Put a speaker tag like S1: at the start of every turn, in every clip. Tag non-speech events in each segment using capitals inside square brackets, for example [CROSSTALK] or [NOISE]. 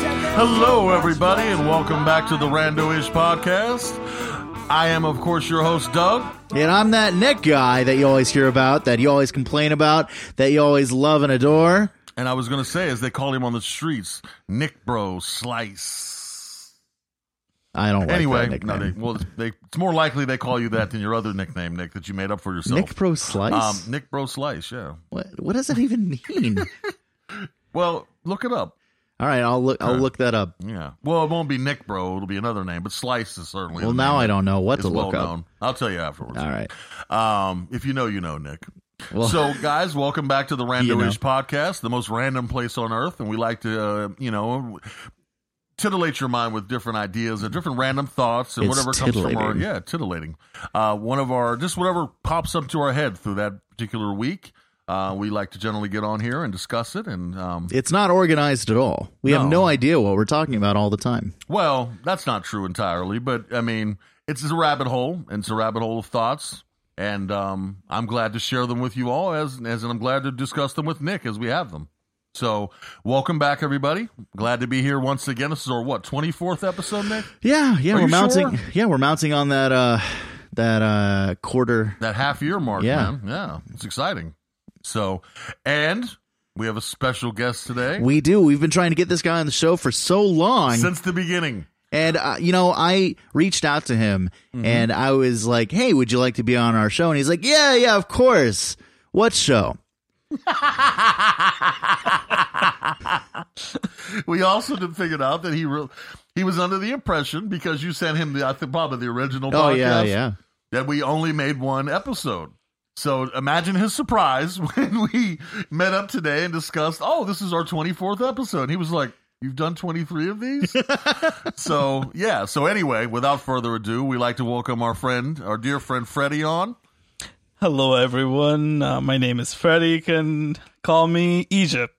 S1: Hello, everybody, and welcome back to the Randoish Podcast. I am, of course, your host, Doug.
S2: And I'm that Nick guy that you always hear about, that you always complain about, that you always love and adore.
S1: And I was going to say, as they call him on the streets, Nick Bro Slice.
S2: I don't like that
S1: anyway,
S2: nickname.
S1: no, they, well, it's- they, it's more likely they call you that than your other nickname, Nick, that you made up for yourself.
S2: Nick Pro Slice?
S1: Um, Nick Bro Slice, yeah.
S2: what, what does that even
S1: [LAUGHS]
S2: mean?
S1: Well, look it up.
S2: All right, I'll look.
S1: Uh,
S2: I'll look that up.
S1: Yeah. Well, it won't be Nick Bro. It'll be another name, but Slice is certainly.
S2: Well,
S1: the
S2: now
S1: name
S2: I
S1: that
S2: don't know what
S1: is
S2: to look
S1: well
S2: up.
S1: known. I'll tell you afterwards.
S2: All right.
S1: Um, if you know, you know, Nick.
S2: Well,
S1: so, guys, welcome back to the Randoish
S2: [LAUGHS] You know.
S1: Podcast, the most random place on earth, and we like to, uh, you know, titillate your mind with different ideas and different random thoughts and
S2: It's
S1: whatever comes from our
S2: titillating.
S1: yeah, titillating. Uh, one of our just whatever pops up to our head through that particular week. Uh, we like to generally get on here and discuss it, and um,
S2: it's not organized at all. We have
S1: No.
S2: no idea what we're talking about all the time.
S1: well, that's not true entirely, but I mean, it's a rabbit hole, and it's a rabbit hole of thoughts. And um, I'm glad to share them with you all, as as and I'm glad to discuss them with Nick as we have them. So, welcome back, everybody. Glad to be here once again. This is our what 24th episode, Nick?
S2: Yeah, yeah,
S1: Are
S2: we're
S1: you
S2: mounting.
S1: sure?
S2: Yeah, we're mounting on that. Uh, that uh quarter.
S1: That half year mark,
S2: Yeah.
S1: man. Yeah, it's exciting. So, and we have a special guest today
S2: We do. We've been trying to get this guy on the show for so long.
S1: since the beginning.
S2: And uh, you know, I reached out to him
S1: Mm-hmm.
S2: and I was like, "Hey, would you like to be on our show?" And he's like, "Yeah, yeah, of course. What show?"
S1: [LAUGHS] We also did figure out that he re- he was under the impression because you sent him the I think probably the original.
S2: Oh yeah,
S1: podcast,
S2: yeah.
S1: That we only made one episode. So imagine his surprise [LAUGHS] when we met up today and discussed. Oh, this is our twenty fourth episode. He was like, "You've done twenty three of
S2: [LAUGHS]
S1: these." so yeah. So anyway, without further ado, we like to welcome our friend, our dear friend Freddie on.
S3: Hello, everyone. Uh, my name is Freddy. You can call me
S1: [LAUGHS]
S3: Egypt.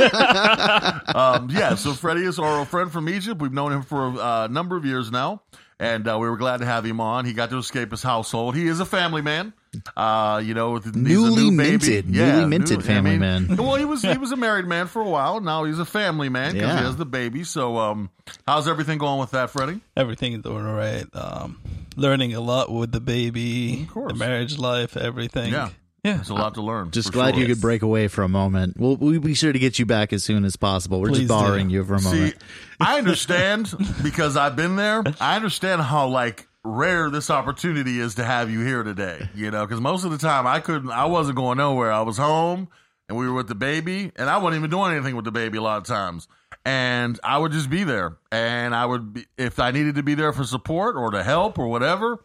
S1: um, yeah, so Freddie is our old friend from Egypt. We've known him for a uh, number of years now, and uh, we were glad to have him on. He got to escape his household. He is a family man. Uh, you know, with- he's a
S2: Newly
S1: new baby.
S2: minted- newly minted family man.
S1: [LAUGHS] Well, he was
S2: [LAUGHS]
S1: he was a married man for a while. Now he's a family man because
S2: Yeah.
S1: he has the baby. So, um, how's everything going with that, Freddie?
S3: Everything is doing all right. Um, learning a lot with the baby,
S1: course.
S3: the marriage life, everything.
S1: Yeah.
S3: Yeah.
S1: There's a lot to learn.
S2: Just
S1: for
S2: glad
S1: sure.
S2: you could break away for a moment. We'll we'll be sure to get you back as soon as possible. We're
S3: Please
S2: just borrowing
S3: do.
S2: you for a
S1: See,
S2: moment.
S1: I understand because I've been there. I understand how like rare this opportunity is to have you here today. You know, because most of the time I couldn't, I wasn't going nowhere. I was home, and we were with the baby, and I wasn't even doing anything with the baby a lot of times. And I would just be there, and I would be if I needed to be there for support or to help or whatever.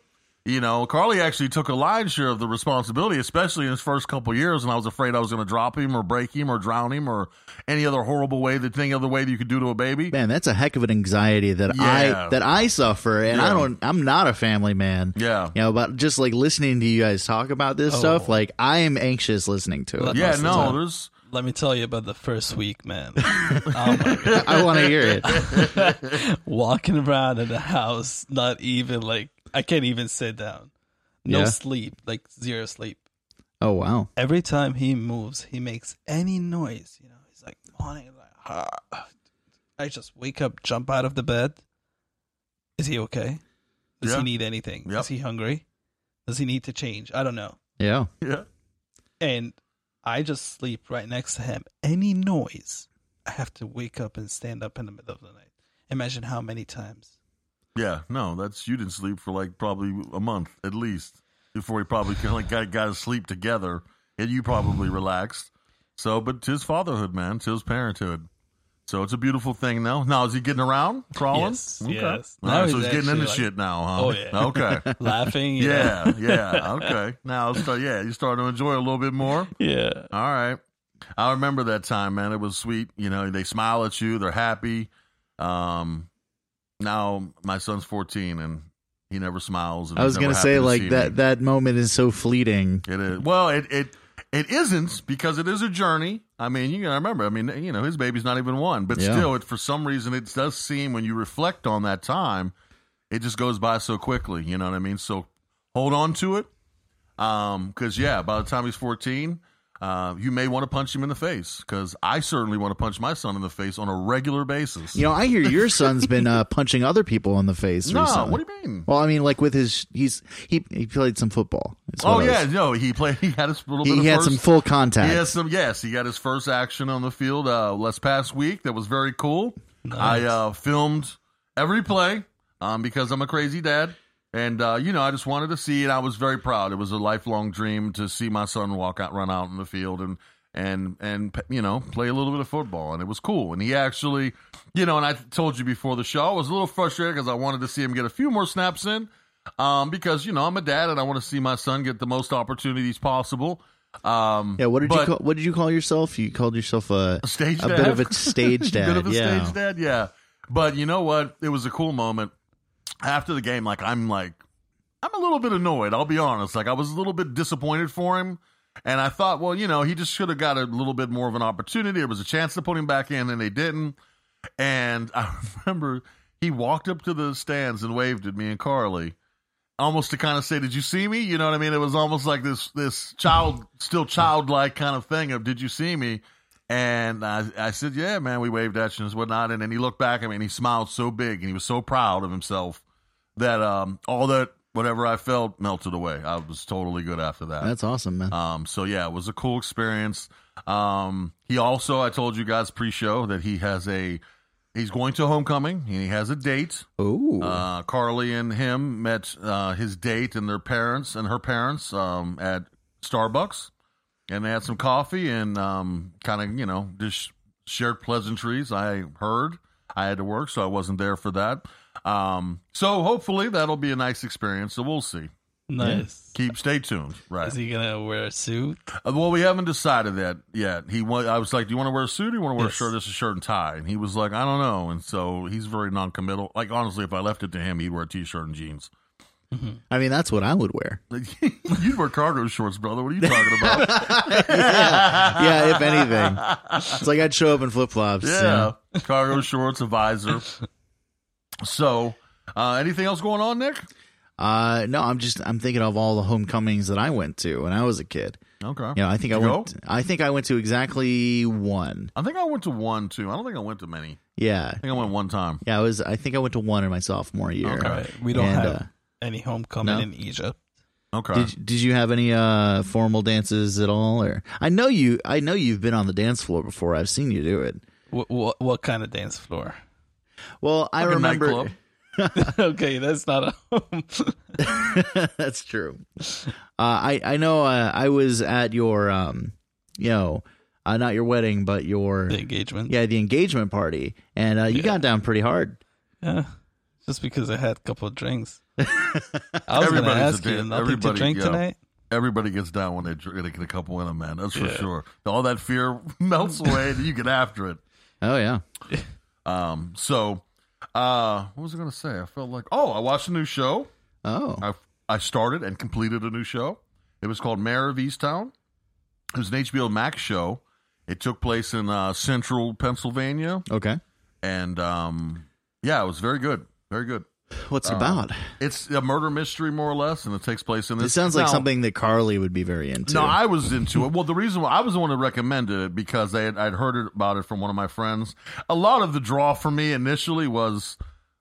S1: You know, Carly actually took a lion's share of the responsibility, especially in his first couple years. And I was afraid I was going to drop him or break him or drown him or any other horrible way, the thing other way that you could do to a baby.
S2: Man, that's a heck of an anxiety that
S1: Yeah.
S2: I that I suffer and
S1: Yeah.
S2: I don't I'm not a family man.
S1: Yeah. Oh.
S2: You know, but just like listening to you guys talk about this stuff, like I am anxious listening to it.
S3: Let-
S1: Yeah,
S3: Most of the
S1: no,
S3: time.
S1: there's
S3: Let me tell you about the first week,
S1: [LAUGHS]
S3: man. oh my God.
S2: I want to hear it.
S3: Walking around in the house, not even like, I can't even sit down. No
S2: Yeah.
S3: sleep, like zero sleep.
S2: Oh wow.
S3: Every time he moves, he makes any noise. You know, he's like, morning, like, "Ah." I just wake up, jump out of the bed. Is he okay? Does
S1: Yeah.
S3: he need anything?
S1: Yep.
S3: Is he hungry? Does he need to change? I don't know.
S2: Yeah.
S1: [LAUGHS] yeah.
S3: And I just sleep right next to him. Any noise, I have to wake up and stand up in the middle of the night. Imagine how many times.
S1: Yeah, no, that's you didn't sleep for like probably a month at least before we probably kind of like got got to sleep together, and you probably relaxed. So, but tis fatherhood, man, tis parenthood. So it's a beautiful thing, though. Now is he getting around, crawling?
S3: Yes, yes.
S1: All
S3: Now
S1: right, so
S3: he's
S1: he's getting into
S3: actually, like-
S1: shit now, huh?
S3: Oh, [LAUGHS] yeah.
S1: Okay.
S3: Laughing. you know?
S1: yeah, yeah. Okay. Now, so yeah, you're starting to enjoy it a little bit more.
S3: [LAUGHS] Yeah.
S1: All right. I remember that time, man. It was sweet. You know, they smile at you, they're happy. Um now my son's 14 and he never smiles. And
S2: I
S1: he's
S2: was
S1: never
S2: gonna
S1: happy
S2: say
S1: to
S2: like
S1: see
S2: that.
S1: me.
S2: That moment is so fleeting.
S1: It is. Well, it it it isn't because it is a journey. I mean, you gotta remember. I mean, you know, his baby's not even one, but
S2: Yeah.
S1: still, it for some reason it does seem when you reflect on that time, it just goes by so quickly. You know um, what I mean? So hold on to it, because yeah, by the time he's fourteen, Uh, you may want to punch him in the face because I certainly want to punch my son in the face on a regular basis.
S2: You know, I hear your son's
S1: [LAUGHS]
S2: been uh, punching other people in the face
S1: no,
S2: recently.
S1: what do you mean?
S2: well, I mean, like with his, he's he he played some football. It's
S1: oh
S2: what I
S1: yeah,
S2: was-
S1: no, he played. [LAUGHS] He had his little bit.
S2: he
S1: of
S2: had
S1: first,
S2: some full contact.
S1: He has some. Yes, he got his first action on the field uh, last past week. That was very cool. I uh, filmed every play um, because I'm a crazy dad, and uh, you know I just wanted to see, and I was very proud. It was a lifelong dream to see my son walk out, run out in the field, and and and you know play a little bit of football, and it was cool. And he actually, you know, and I told you before the show, I was a little frustrated because I wanted to see him get a few more snaps in. Um, because you know I'm a dad and I want to see my son get the most opportunities possible. Um,
S2: Yeah, what did you
S1: but-
S2: call, what did you call yourself? You called yourself a
S1: [LAUGHS] a stage
S2: a
S1: dad.
S2: bit of a stage dad.
S1: bit of a
S2: yeah.
S1: stage dad, yeah. But you know what? It was a cool moment. After the game, like I'm like I'm a little bit annoyed, I'll be honest. Like I was a little bit disappointed for him. And I thought, well, you know, he just should have got a little bit more of an opportunity. There was a chance to put him back in and they didn't. And [LAUGHS] I remember he walked up to the stands and waved at me and Carly. Almost to kind of say, "Did you see me?" You know what I mean. It was almost like this this child, still childlike kind of thing of "Did you see me?" And I, I said, "Yeah, man, we waved at you and whatnot." And then he looked back at me and he smiled so big and he was so proud of himself that um, all that whatever I felt melted away. I was totally good after that.
S2: That's awesome, man.
S1: Um, so yeah, it was a cool experience. Um, he also, I told you guys pre-show that he has a, he's going to homecoming and he has a date.
S2: Ooh.
S1: Uh, Carly and him met uh, his date and their parents and her parents um, at Starbucks, and they had some coffee and um, kind of you know just shared pleasantries. I heard I had to work, so I wasn't there for that. Um, so hopefully that'll be a nice experience. So we'll see.
S3: Nice.
S1: Keep stay tuned. Right.
S3: Is he gonna wear a suit?
S1: Uh, Well, we haven't decided that yet. He, wa- I was like, "Do you want to wear a suit? Or you want to wear
S3: Yes.
S1: a shirt? This is shirt and tie." And he was like, "I don't know." And so he's very non-committal. Like honestly, if I left it to him, he'd wear a t-shirt and jeans. [LAUGHS]
S2: I mean, that's what I would wear.
S1: You'd wear cargo shorts, brother. What are you talking about?
S2: Yeah, if anything, it's like I'd show up in flip flops.
S1: yeah, cargo shorts, a visor. So, uh, anything else going on, Nick?
S2: Uh, no, I'm just I'm thinking of all the homecomings that I went to when I was a kid.
S1: Okay.
S2: You know, I think I
S1: You
S2: went. I think I went to exactly one.
S1: I think I went to one too. I don't think I went to many.
S2: Yeah,
S1: I think I went one time.
S2: yeah. I was. I think I went to one in my sophomore year.
S1: Okay.
S3: All right. We don't
S2: And,
S3: have
S2: uh,
S3: any homecoming
S2: no?
S3: in Egypt.
S1: Okay.
S2: Did Did you have any uh formal dances at all? Or I know you. I know you've been on the dance floor before. I've seen you do it.
S3: What what, what kind of dance floor? [LAUGHS]
S2: Well, I
S1: Like a
S2: remember.
S1: nightclub?
S3: okay, that's not a home. [LAUGHS]
S2: [LAUGHS] That's true. Uh, I I know. Uh, I was at your um, you know, uh, not your wedding, but your
S3: the engagement.
S2: yeah the engagement party, and uh, you got down pretty hard.
S3: Yeah. Just because I had a couple of drinks. I was going to
S1: Everybody's a
S3: ask you,
S1: dan-
S3: nothing to
S1: everybody,
S3: drink
S1: yeah.
S3: tonight?
S1: Everybody gets down when they dr- they get a couple in them, man. That's for
S3: Yeah.
S1: sure. All that fear [LAUGHS] melts away, and you get after it.
S2: Oh yeah.
S1: Um, so, uh, what was I going to say? I felt like, oh, I watched a new show.
S2: Oh.
S1: I, I started and completed a new show. It was called Mayor of Easttown. It was an HBO Max show. It took place in uh, central Pennsylvania.
S2: Okay.
S1: And um, yeah, it was very good. Very good. uh,
S2: What's it about?
S1: It's a murder mystery, more or less, and it takes place in this.
S2: It sounds like
S1: Now-
S2: something that Carly would be very into.
S1: No, I was into it. Well, the reason why I was the one who recommended it because I had, I'd heard it- about it from one of my friends. A lot of the draw for me initially was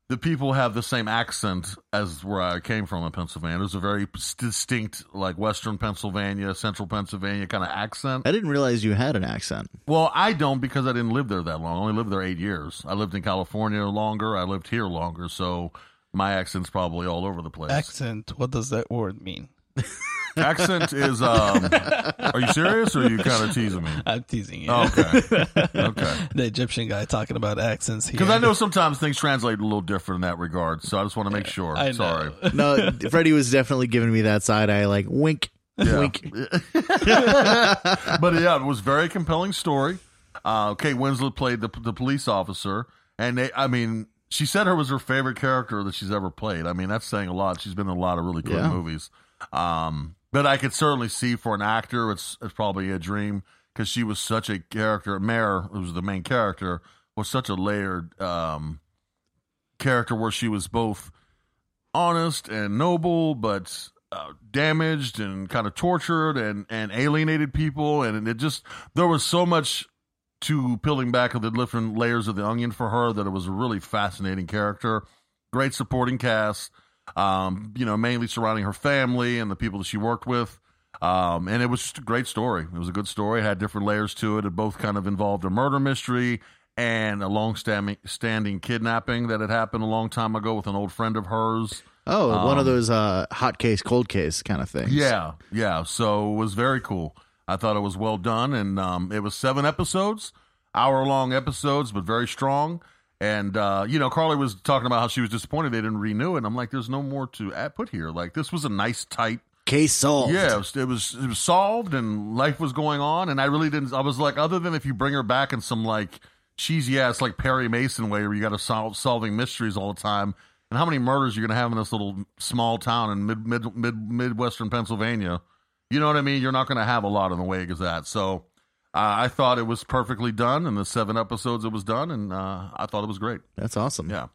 S1: the people have the same accent as where I came from in Pennsylvania. It was a very s- distinct, like Western Pennsylvania, Central Pennsylvania kind of accent.
S2: I didn't realize you had an accent.
S1: Well, I don't because I didn't live there that long. I only lived there eight years. I lived in California longer. I lived here longer, so my accent's probably all over the place.
S3: Accent. What does that word mean? [LAUGHS]
S1: accent is. Um, are you serious or are you kind of teasing me?
S3: I'm teasing you.
S1: Oh. [LAUGHS] Okay. okay.
S3: [LAUGHS] The Egyptian guy talking about accents here.
S1: Because I know sometimes things translate a little different in that regard, so I just want to make sure.
S3: I know.
S1: Sorry.
S2: No, Freddie was definitely giving me that side eye, like wink, [LAUGHS] wink.
S1: But yeah, it was a very compelling story. Uh, Kate Winslet played the, the police officer, and they, I mean, she said her was her favorite character that she's ever played. I mean, that's saying a lot. She's been in a lot of really good
S2: Yeah.
S1: movies. Um, but I could certainly see for an actor, it's, it's probably a dream because she was such a character. Mare, who was the main character, was such a layered um, character where she was both honest and noble, but uh, damaged and kind of tortured and, and alienated people. And, it just, there was so much to peeling back of the different layers of the onion for her that it was a really fascinating character. Great supporting cast, um, you know, mainly surrounding her family and the people that she worked with. Um, and it was just a great story. It was a good story. It had different layers to it. It both kind of involved a murder mystery and a long standing kidnapping that had happened a long time ago with an old friend of hers.
S2: Oh, one
S1: Um,
S2: of those uh, hot case, cold case kind of things.
S1: Yeah, yeah. So it was very cool. I thought it was well done, and um, it was seven episodes, hour long episodes, but very strong. And uh, you know, Carly was talking about how she was disappointed they didn't renew it. And I'm like, there's no more to add, put here. Like this was a nice tight.
S2: Case solved.
S1: Yeah, it was, it was it was solved, and life was going on. And I really didn't. I was like, other than if you bring her back in some like cheesy ass like Perry Mason way, where you got to solve solving mysteries all the time. And how many murders you're gonna have in this little small town in mid mid mid midwestern Pennsylvania? You know what I mean? You're not gonna have a lot in the way of that. So uh, I thought it was perfectly done in the seven episodes it was done, and uh, I thought it was great.
S2: That's awesome.
S1: Yeah.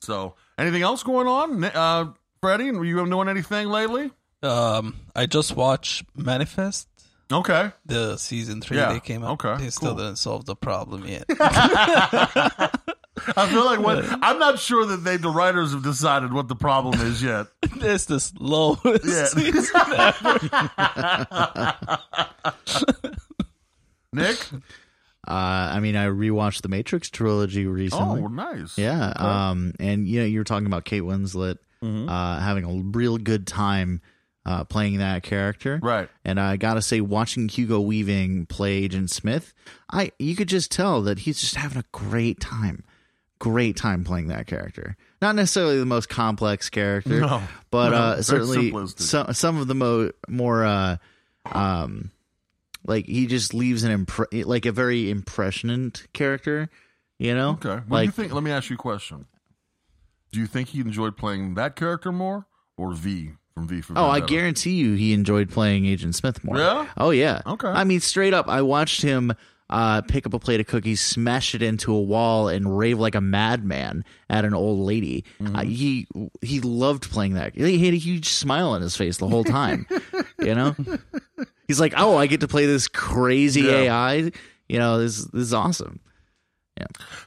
S1: So anything else going on, uh, Freddie? Were you doing anything lately?
S3: [LAUGHS] Um, I just watched Manifest,
S1: Okay.
S3: the season three
S1: Yeah,
S3: they came out.
S1: okay,
S3: they still
S1: cool.
S3: didn't solve the
S1: [LAUGHS]
S3: problem yet. [LAUGHS]
S1: I feel like what I'm not sure that they the writers have decided what the problem is
S2: [LAUGHS]
S1: yet.
S3: There's the slowest
S1: Yeah.
S3: [LAUGHS] season ever.
S1: Nick,
S2: Uh, I mean, I rewatched the Matrix trilogy recently.
S1: oh nice,
S2: Yeah. Um, and you know, you were talking about Kate Winslet
S1: Mm-hmm.
S2: uh, having a real good time uh, playing that character,
S1: right,
S2: And I gotta say, watching Hugo Weaving play Agent Smith, I you could just tell that he's just having a great time, great time playing that character. Not necessarily the most complex character,
S1: No.
S2: but
S1: No,
S2: uh,
S1: very
S2: certainly
S1: simplistic.
S2: some some of the mo- more uh, um, like he just leaves an impre- like a very impressionant character. You know,
S1: okay. What do
S2: like
S1: you think? Let me ask you a question. Do you think he enjoyed playing that character more or V from V for?
S2: Oh, I
S1: Vendetta?
S2: guarantee you he enjoyed playing Agent Smith more.
S1: Yeah?
S2: Oh, yeah.
S1: Okay.
S2: I mean, straight up, I watched him uh, pick up a plate of cookies, smash it into a wall, and rave like a madman at an old lady. Uh, he he loved playing that. He had a huge smile on his face the whole time. [LAUGHS] you know, he's like, "Oh, I get to play this crazy
S1: Yeah.
S2: AI. You know, this this is awesome."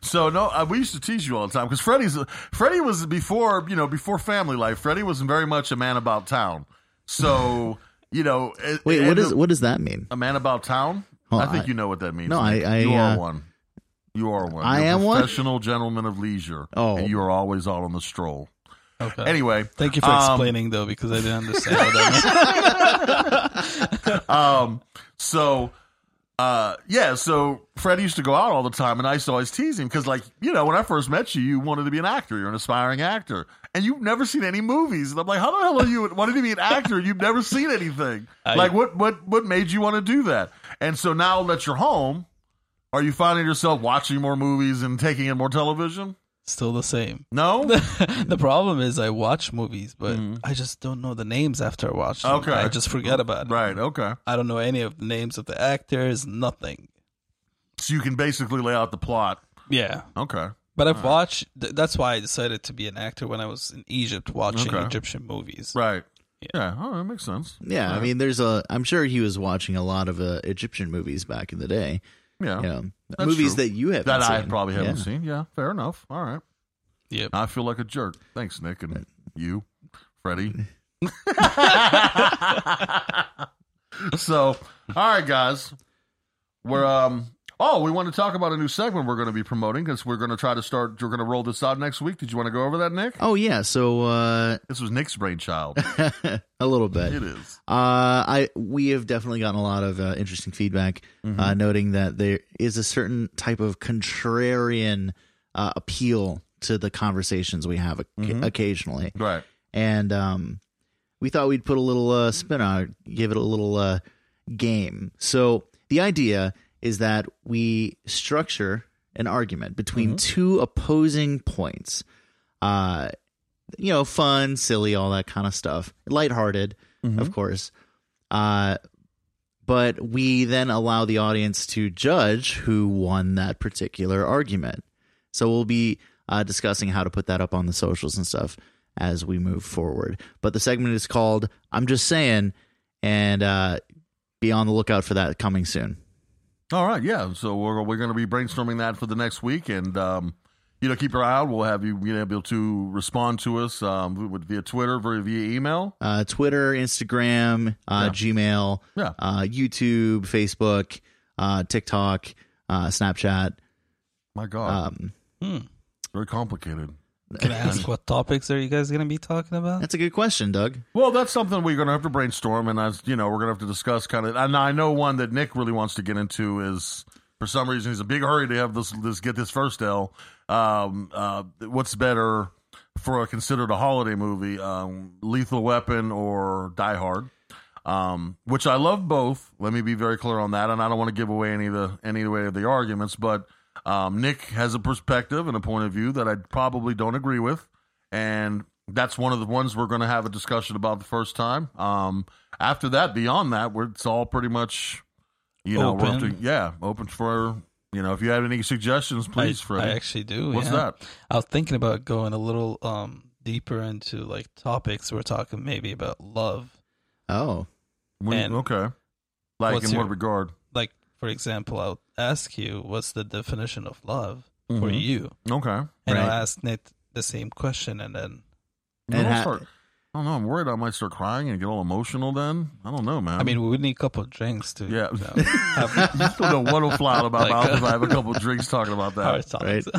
S1: So no, uh, we used to tease you all the time because Freddie's Freddie was before you know before family life. Freddie was very much a man about town. So you know, it-
S2: Wait,
S1: and
S2: what is
S1: the-
S2: what does that mean?
S1: a man about town?
S2: Well,
S1: I think
S2: I-
S1: you know what that means.
S2: No, I- I,
S1: you are
S2: uh,
S1: one. You are one.
S2: I
S1: You're a
S2: am one?
S1: Professional gentleman of leisure.
S2: Oh.
S1: and you are always out on the stroll. [LAUGHS]
S3: Okay.
S1: Anyway,
S3: Thank you for
S1: um,
S3: explaining though, because I didn't understand
S1: [LAUGHS]
S3: what that meant.
S1: um, so uh, yeah, so Fred used to go out all the time, and I used to always tease him because, like, you know, when I first met you, you wanted to be an actor. You're an aspiring actor, and you've never seen any movies. And I'm like, how the hell are you wanting to be an actor? and You've never seen anything.
S3: I-
S1: like, what what what made you want to do that? And so now that you're home, are you finding yourself watching more movies and taking in more television?
S3: Still the same. [LAUGHS]
S1: No. Mm-hmm.
S3: the problem is I watch movies, but I just don't know the names after I watch them.
S1: Okay. Oh,
S3: I just forget about it.
S1: Right. Okay.
S3: I don't know any of the names of the actors, nothing.
S1: So you can basically lay out the plot.
S3: Yeah.
S1: Okay.
S3: But I've watched, th- that's why I decided to be an actor when I was in Egypt watching
S1: Okay.
S3: Egyptian movies.
S1: Right. Yeah. Oh, that makes sense.
S2: Yeah, I
S1: Right.
S2: mean, there's a. I'm sure he was watching a lot of uh, Egyptian movies back in the day.
S1: Yeah.
S2: you know,
S1: Oh, That's
S2: movies
S1: true.
S2: that you haven't
S1: that
S2: seen.
S1: I probably haven't
S2: Yeah.
S1: seen. Yeah, fair enough. All right.
S3: Yep.
S1: I feel like a jerk. Thanks, Nick, and you, Freddie. [LAUGHS] so, all right, guys, we're um. Oh, we want to talk about a new segment we're going to be promoting because we're going to try to start. We're going to roll this out next week. Did you want to go over that, Nick?
S2: Oh yeah, so uh,
S1: This was Nick's brainchild.
S2: a little bit.
S1: it
S2: Uh,
S1: is.
S2: I we have definitely gotten a lot of uh, interesting feedback,
S1: Mm-hmm.
S2: uh, noting that there is a certain type of contrarian uh, appeal to the conversations we have oc-
S1: Mm-hmm.
S2: occasionally,
S1: Right.
S2: and um, we thought we'd put a little uh, spin on it, give it a little uh, game. So the idea is that we structure an argument between two opposing points. Uh, you know, fun, silly, all that kind of stuff, lighthearted, of course. Uh, but we then allow the audience to judge who won that particular argument. So we'll be uh, discussing how to put that up on the socials and stuff as we move forward. But the segment is called I'm Just Saying, and uh, be on the lookout for that coming soon.
S1: All right, yeah. So we're we're going to be brainstorming that for the next week, and um, you know, keep your eye out. We'll have you be able to respond to us um, with- via Twitter, via, via email.
S2: Uh, Twitter, Instagram, uh,
S1: Yeah.
S2: Gmail,
S1: Yeah.
S2: uh, YouTube, Facebook, uh, TikTok, uh, Snapchat.
S1: My God,
S2: Um,
S3: Hmm.
S1: very complicated.
S3: Can I
S1: [LAUGHS]
S3: ask what topics are you guys gonna be talking about?
S2: that's a good question, Doug.
S1: Well, that's something we're going to have to brainstorm, and as you know, we're going to have to discuss kind of. And I know one that Nick really wants to get into is for some reason he's in a big hurry to have this this get this first L. Um, uh, what's better for a considered a holiday movie, um, Lethal Weapon or Die Hard? Um, which I love both. Let me be very clear on that, and I don't want to give away any of the any way of the arguments, but um, Nick has a perspective and a point of view that I probably don't agree with and that's one of the ones we're going to have a discussion about the first time. Um, after that, beyond that, we're, it's all pretty much, you know, we're up to,
S3: Open.
S1: yeah, open for you know. If you have any suggestions, please,
S3: I,
S1: Freddie.
S3: I actually do.
S1: What's
S3: yeah.
S1: that?
S3: I was thinking about going a little um deeper into like topics. We're talking maybe about love,
S2: Oh,
S1: We,
S3: And
S1: okay, like
S3: what's
S1: in
S3: your-
S1: what regard?
S3: like for example, I'll ask you what's the definition of love for
S1: Mhm.
S3: you,
S1: Okay,
S3: and I'll
S2: Right.
S3: ask Nick the same question, and then
S1: You
S2: And
S1: don't
S2: ha-
S1: start- I don't know. I'm worried I might start crying and get all emotional. Then I don't know, man.
S3: I mean we would need a couple of drinks to
S1: Um, [LAUGHS] Yeah.
S3: you know,
S1: [LAUGHS]
S3: have
S1: I don't know what'll fly out of my
S3: Like,
S1: mouth
S3: uh,
S1: if I have a couple drinks talking about that.
S3: our topics.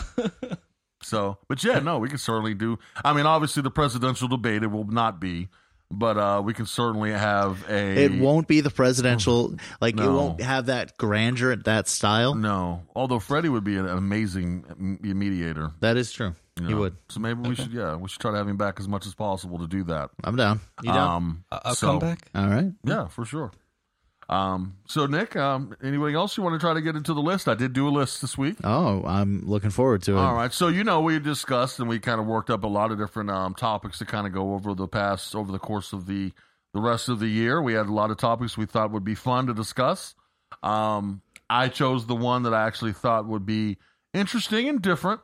S1: So, but yeah, no, we can certainly do. I mean, obviously, the presidential debate it will not be, but uh, we can certainly have a.
S2: it won't be the presidential. Like it
S1: Mm. No. Mm.
S2: won't have that grandeur, that style.
S1: No, although Freddie would be an amazing m- mediator.
S2: That is true.
S1: you
S2: You
S1: know.
S2: would.
S1: So maybe we should, yeah, we should try to have him back as much as possible to do that.
S2: I'm down. You down?
S1: Um,
S3: I- [LAUGHS] I'll
S1: so-
S3: come back.
S2: All right.
S1: Yeah, for sure. Um, so Nick, um, anybody else you want to try to get into the list? I did do a list this week.
S2: Oh, I'm looking forward to it.
S1: All right. So you know we discussed and we kind of worked up a lot of different um, topics to kind of go over the past over the course of the the rest of the year. We had a lot of topics we thought would be fun to discuss. Um, I chose the one that I actually thought would be interesting and different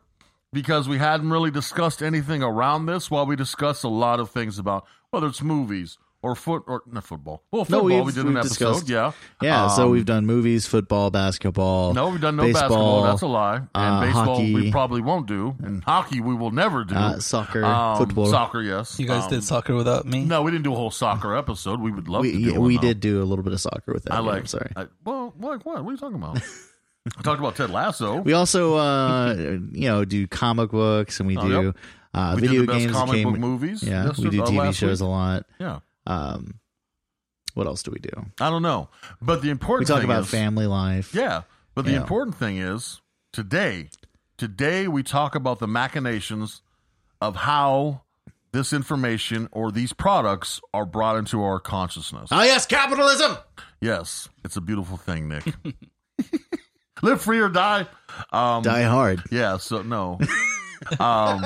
S1: because we hadn't really discussed anything around this. While we discussed a lot of things about whether it's movies or foot or not football. Well,
S2: No,
S1: football
S2: we've-
S1: we did an
S2: we've
S1: episode.
S2: discussed-
S1: Yeah,
S2: Yeah. so
S1: Um,
S2: we've done movies, football, basketball. uh,
S1: no, we've done no
S2: baseball,
S1: basketball. That's a lie. And
S2: uh,
S1: baseball,
S2: hockey.
S1: we probably won't do. And hockey, we will never do.
S2: Uh, soccer,
S1: Um,
S2: football.
S1: Soccer, yes.
S3: You guys
S1: Um,
S3: did soccer without me.
S1: No, we didn't do a whole soccer episode. We would love
S2: we
S1: to do
S2: yeah,
S1: one,
S2: we
S1: though.
S2: did do a little bit of soccer with that.
S1: I
S2: yeah,
S1: like.
S2: I'm sorry.
S1: I, well, like what? What are you talking
S2: [LAUGHS]
S1: about? I talked about Ted Lasso.
S2: We also, uh, [LAUGHS] you know, do comic books and we
S1: Oh,
S2: do
S1: yep.
S2: uh,
S1: We
S2: video
S1: did the best
S2: games. that
S1: comic
S2: came,
S1: book movies.
S2: yeah,
S1: Yes,
S2: we do
S1: uh,
S2: TV
S1: last
S2: shows
S1: week.
S2: a lot.
S1: Yeah,
S2: Um, what else do we do?
S1: I don't know, but the important
S2: We talk
S1: thing
S2: about
S1: is,
S2: family life.
S1: Yeah, but the
S2: Yeah.
S1: important thing is today. Today we talk about the machinations of how this information or these products are brought into our consciousness.
S2: Oh yes, capitalism.
S1: Yes, it's a beautiful thing, Nick.
S2: [LAUGHS]
S1: Live free or die. Um,
S2: Die hard.
S1: Yeah. So no.
S2: [LAUGHS]
S1: um,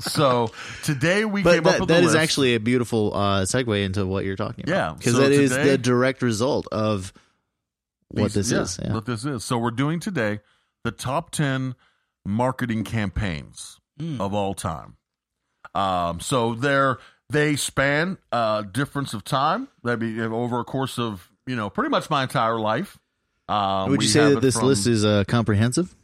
S1: so today we
S2: But
S1: came up
S2: that,
S1: with
S2: that
S1: a
S2: is
S1: list.
S2: actually a beautiful uh, segue into what you're talking about.
S1: Yeah,
S2: because
S1: so
S2: that is
S1: today-
S2: the direct result of what
S1: These-
S2: this
S1: yeah,
S2: is. Yeah.
S1: What this is. So we're doing today the top ten marketing campaigns
S2: Hmm.
S3: Mm.
S1: of all time. Um, so they're they span uh, difference of time. That'd be over a course of you know pretty much my entire life. Um,
S2: Would
S1: we
S2: you say
S1: have
S2: that
S1: it
S2: this
S1: from-
S2: list is uh, comprehensive?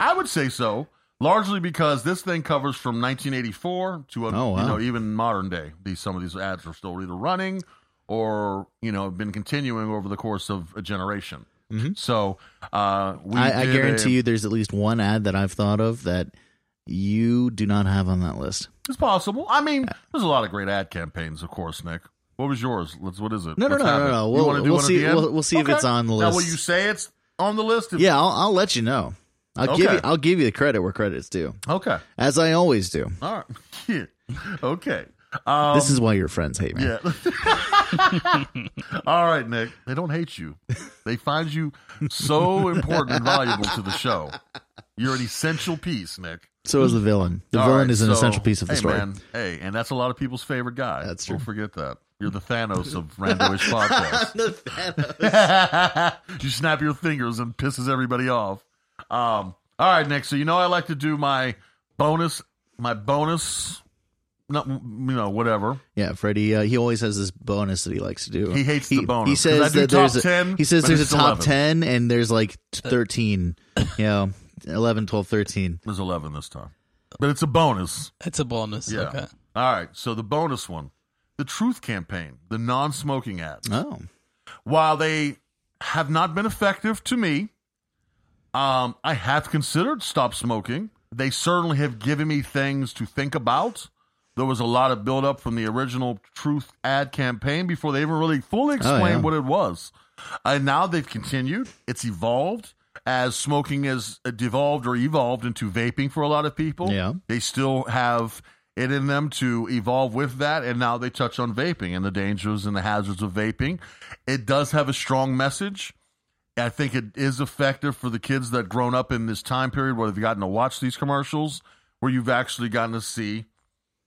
S1: I would say so, largely because this thing covers from 1984 to a,
S2: Oh, wow.
S1: you know even modern day. These some of these ads are still either running or you know have been continuing over the course of a generation.
S2: Mhm.
S1: So uh, we
S2: I, I
S1: did
S2: guarantee
S1: a-
S2: you, there's at least one ad that I've thought of that you do not have on that list.
S1: it's possible. I mean, there's a lot of great ad campaigns, of course, Nick. What was yours? Let's. What is it?
S2: No, no,
S1: Let's
S2: no,
S1: have
S2: no,
S1: it.
S2: no.
S1: You
S2: We'll-
S1: wanna do
S2: we'll
S1: one at the
S2: see-
S1: end?
S2: we'll- we'll see if it's on the
S1: Now, will
S2: list.
S1: you say it's on the list? If-
S2: Yeah, I'll, I'll let you know. I'll give
S1: Okay.
S2: you. I'll give you the credit where credit's due,
S1: Okay.
S2: as I always do.
S1: All right. [LAUGHS] Yeah. Okay. Um,
S2: this is why your friends hate me.
S1: Yeah. [LAUGHS] All right, Nick. They don't hate you. They find you so important and valuable to the show. You're an essential piece, Nick.
S2: So is the villain. The
S1: All
S2: villain
S1: right,
S2: is an
S1: so-
S2: essential piece of the
S1: hey,
S2: story. [LAUGHS]
S1: Man, hey, and that's a lot of people's favorite guy.
S2: That's
S1: Don't
S2: true.
S1: forget that. You're the Thanos of Randoish
S2: [LAUGHS]
S1: Podcast. [LAUGHS]
S2: The Thanos.
S1: you snap your fingers and pisses everybody off. Um, all right, Nick. So you know I like to do my bonus my bonus, not you know whatever.
S2: Yeah, Freddie. Uh, he always has this bonus that he likes to do.
S1: He hates the bonus,
S2: He
S1: 'cause I
S2: says
S1: do
S2: that
S1: top
S2: there's a,
S1: 10,
S2: he says
S1: but
S2: there's a
S1: it's
S2: top
S1: 11.
S2: ten and there's like t- thirteen. You know, 11, 12, 13.
S1: There's eleven this time, but it's a bonus.
S3: It's a bonus.
S1: Yeah.
S3: Okay.
S1: All right. So the bonus one, the Truth Campaign, the non-smoking ads.
S2: Oh,
S1: While they have not been effective to me, um, I have considered stop smoking. They certainly have given me things to think about. There was a lot of buildup from the original Truth ad campaign before they even really fully
S2: yeah.
S1: explained what it was. And now they've continued. It's evolved as smoking has devolved or evolved into vaping for a lot of people.
S2: Yeah.
S1: They still have it in them to evolve with that. And now they touch on vaping and the dangers and the hazards of vaping. It does have a strong message. I think it is effective for the kids that grown up in this time period where they've gotten to watch these commercials, where you've actually gotten to see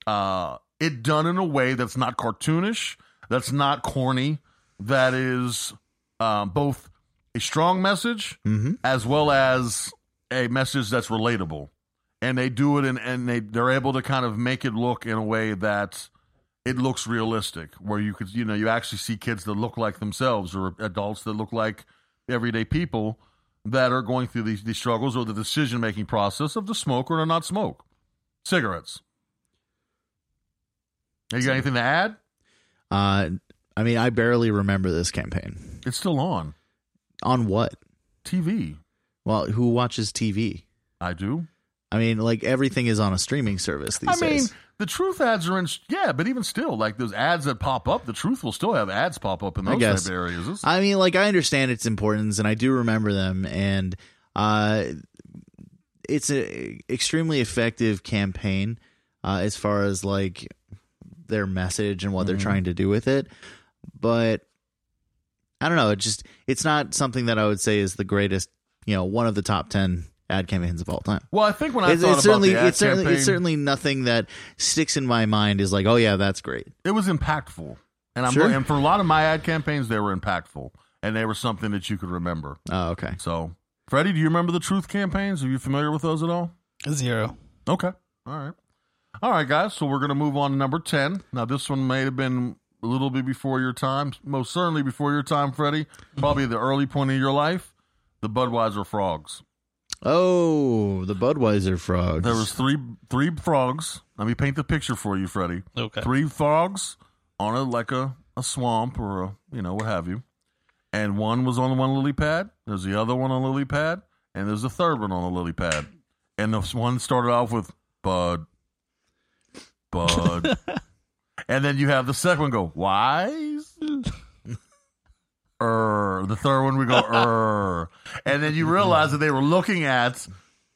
S1: uh, it done in a way that's not cartoonish, that's not corny, that is um, both a strong message
S2: Mhm.
S1: as well as a message that's relatable. And they do it, and, and they they're able to kind of make it look in a way that it looks realistic, where you could you know you actually see kids that look like themselves or adults that look like everyday people that are going through these these struggles or the decision making process of the smoke or to not smoke cigarettes. Have you got anything to add?
S2: uh, I mean, I barely remember this campaign.
S1: It's still on
S2: On what?
S1: TV.
S2: Well, who watches TV?
S1: I do.
S2: I mean, like everything is on a streaming service these
S1: I mean,
S2: days.
S1: the truth ads are in. Yeah, but even still, like those ads that pop up, the truth will still have ads pop up in
S2: I
S1: those
S2: guess.
S1: type areas. It's-
S2: I mean, like I understand its importance, and I do remember them, and uh, it's a extremely effective campaign uh, as far as like their message and what
S1: Mm-hmm.
S2: they're trying to do with it. But I don't know. It just it's not something that I would say is the greatest. You know, one of the top ten ad campaigns of all time.
S1: well, I think when I
S2: It's,
S1: thought
S2: it's
S1: about
S2: certainly
S1: the ad
S2: it's certainly
S1: campaign,
S2: it's certainly nothing that sticks in my mind is like, oh yeah, that's great.
S1: it was impactful, and I'm
S2: Sure.
S1: and for a lot of my ad campaigns, they were impactful, and they were something that you could remember.
S2: Oh, okay.
S1: So, Freddie, do you remember the truth campaigns? Are you familiar with those at all?
S3: Zero.
S1: Okay. All right. All right, guys. So we're going to move on to number 10. Now, this one may have been a little bit before your time, most certainly before your time, Freddie. Probably the early point of your life. The Budweiser frogs.
S2: Oh, the Budweiser frogs.
S1: There was three three frogs. Let me paint the picture for you, Freddie.
S3: Okay.
S1: Three frogs on a like a, a swamp or a you know what have you, and one was on one lily pad. There's the other one on a lily pad, and there's the third one on a lily pad. And the one started off with bud, bud, and then you have the second one go wise. Er, the third one we go er, and then you realize that they were looking at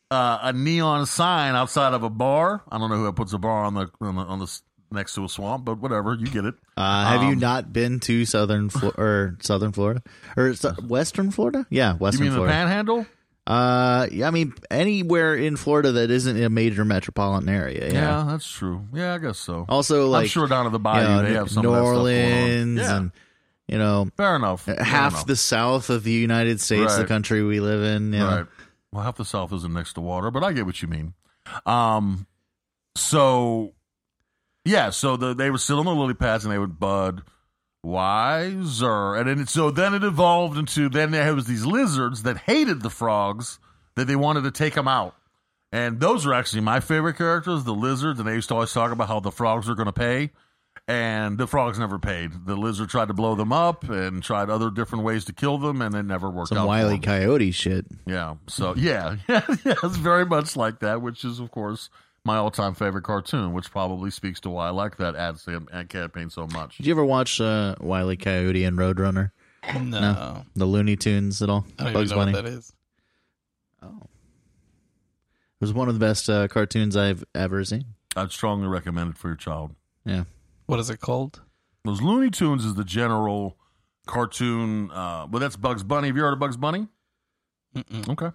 S1: uh, a neon sign outside of a bar. I don't know who puts a bar on the on the, on the s- next to a swamp, but whatever, you get it.
S2: Uh, have you
S1: Um,
S2: not been to southern Flo- or southern Florida or so- western Florida? Yeah,
S1: You
S2: western
S1: mean the
S2: Florida.
S1: Panhandle?
S2: uh, yeah, I mean anywhere in Florida that isn't a major metropolitan area. Yeah.
S1: Yeah. that's true. Yeah, I guess so.
S2: Also, like
S1: I'm sure down at the
S2: you
S1: bayou
S2: know,
S1: they have some
S2: New
S1: of that stuff going on.
S2: Orleans
S1: Yeah,
S2: and you know
S1: fair enough. Fair
S2: half
S1: enough.
S2: the south of the United States, the
S1: Right.
S2: country we live in. You know.
S1: Right. Well, half the South isn't next to water, but I get what you mean. Um, so yeah, so the, they were still on the lily pads and they would bud wiser, and then it, so then it evolved into then there was these lizards that hated the frogs that they wanted to take them out. And those are actually my favorite characters, the lizards, and they used to always talk about how the frogs are going to pay, and the frogs never paid. The lizard tried to blow them up and tried other different ways to kill them, and it never worked out.
S2: Some
S1: for
S2: wily
S1: them.
S2: coyote shit.
S1: Yeah. So yeah, yeah, [LAUGHS] yeah, it's very much like that, which is of course my all-time favorite cartoon, which probably speaks to why I like that ad, ad campaign so much.
S2: Did you ever watch uh, Wile E. Coyote and Roadrunner,
S3: No.
S2: the Looney Tunes at all?
S3: I don't
S2: Bugs
S3: even know
S2: Bunny.
S3: what that is.
S2: Oh, it was one of the best uh, cartoons I've ever seen.
S1: I'd strongly recommend it for your child.
S2: Yeah.
S3: What is it called?
S1: Those Looney Tunes is the general cartoon. Uh, well, that's Bugs Bunny. Have you heard of Bugs Bunny?
S3: Mm-mm.
S1: Okay.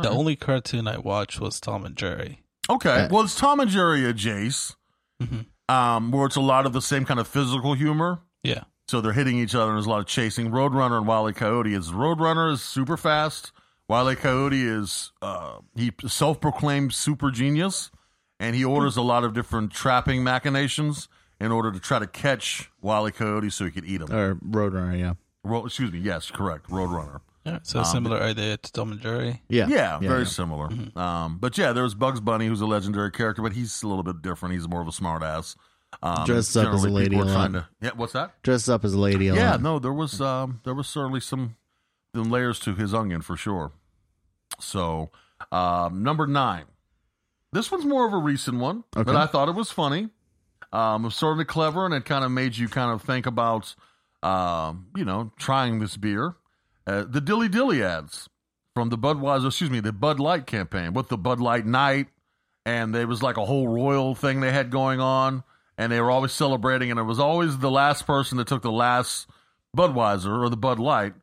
S3: The only cartoon I watched was Tom and Jerry.
S1: Okay.
S2: Uh,
S1: well, it's Tom and Jerry, uh, Jace,
S3: Mhm.
S1: um, where it's a lot of the same kind of physical humor.
S3: Yeah.
S1: So they're hitting each other, and there's a lot of chasing. Roadrunner and Wile E. Coyote is Roadrunner is super fast. Wile E. Coyote is uh, he self-proclaimed super genius, and he orders a lot of different trapping machinations in order to try to catch Wally Coyote so he could eat him.
S2: or Roadrunner. Yeah,
S1: Ro- excuse me, yes, correct, Roadrunner.
S3: So
S1: Um,
S3: similar idea to Tom and Jerry. [LAUGHS]
S2: yeah, Mm-hmm.
S1: Yeah, very similar. Um, but yeah, there was Bugs Bunny, who's a legendary character, but he's a little bit different. He's more of a smartass. Um,
S2: Dressed up as a
S1: generally
S2: lady
S1: people
S2: a
S1: are
S2: lot.
S1: trying to- yeah, what's that?
S2: Dressed up as a lady. a
S1: Yeah,
S2: lot.
S1: no, there was um, there was certainly some, some layers to his onion for sure. So um, number nine, this one's more of a recent one,
S2: Okay.
S1: but I thought it was funny. Um, it was certainly clever, and it kind of made you kind of think about, um, you know, trying this beer. Uh, the Dilly Dilly ads from the Budweiser, excuse me, the Bud Light campaign with the Bud Light night, and there was like a whole royal thing they had going on, and they were always celebrating, and it was always the last person that took the last Budweiser or the Bud Light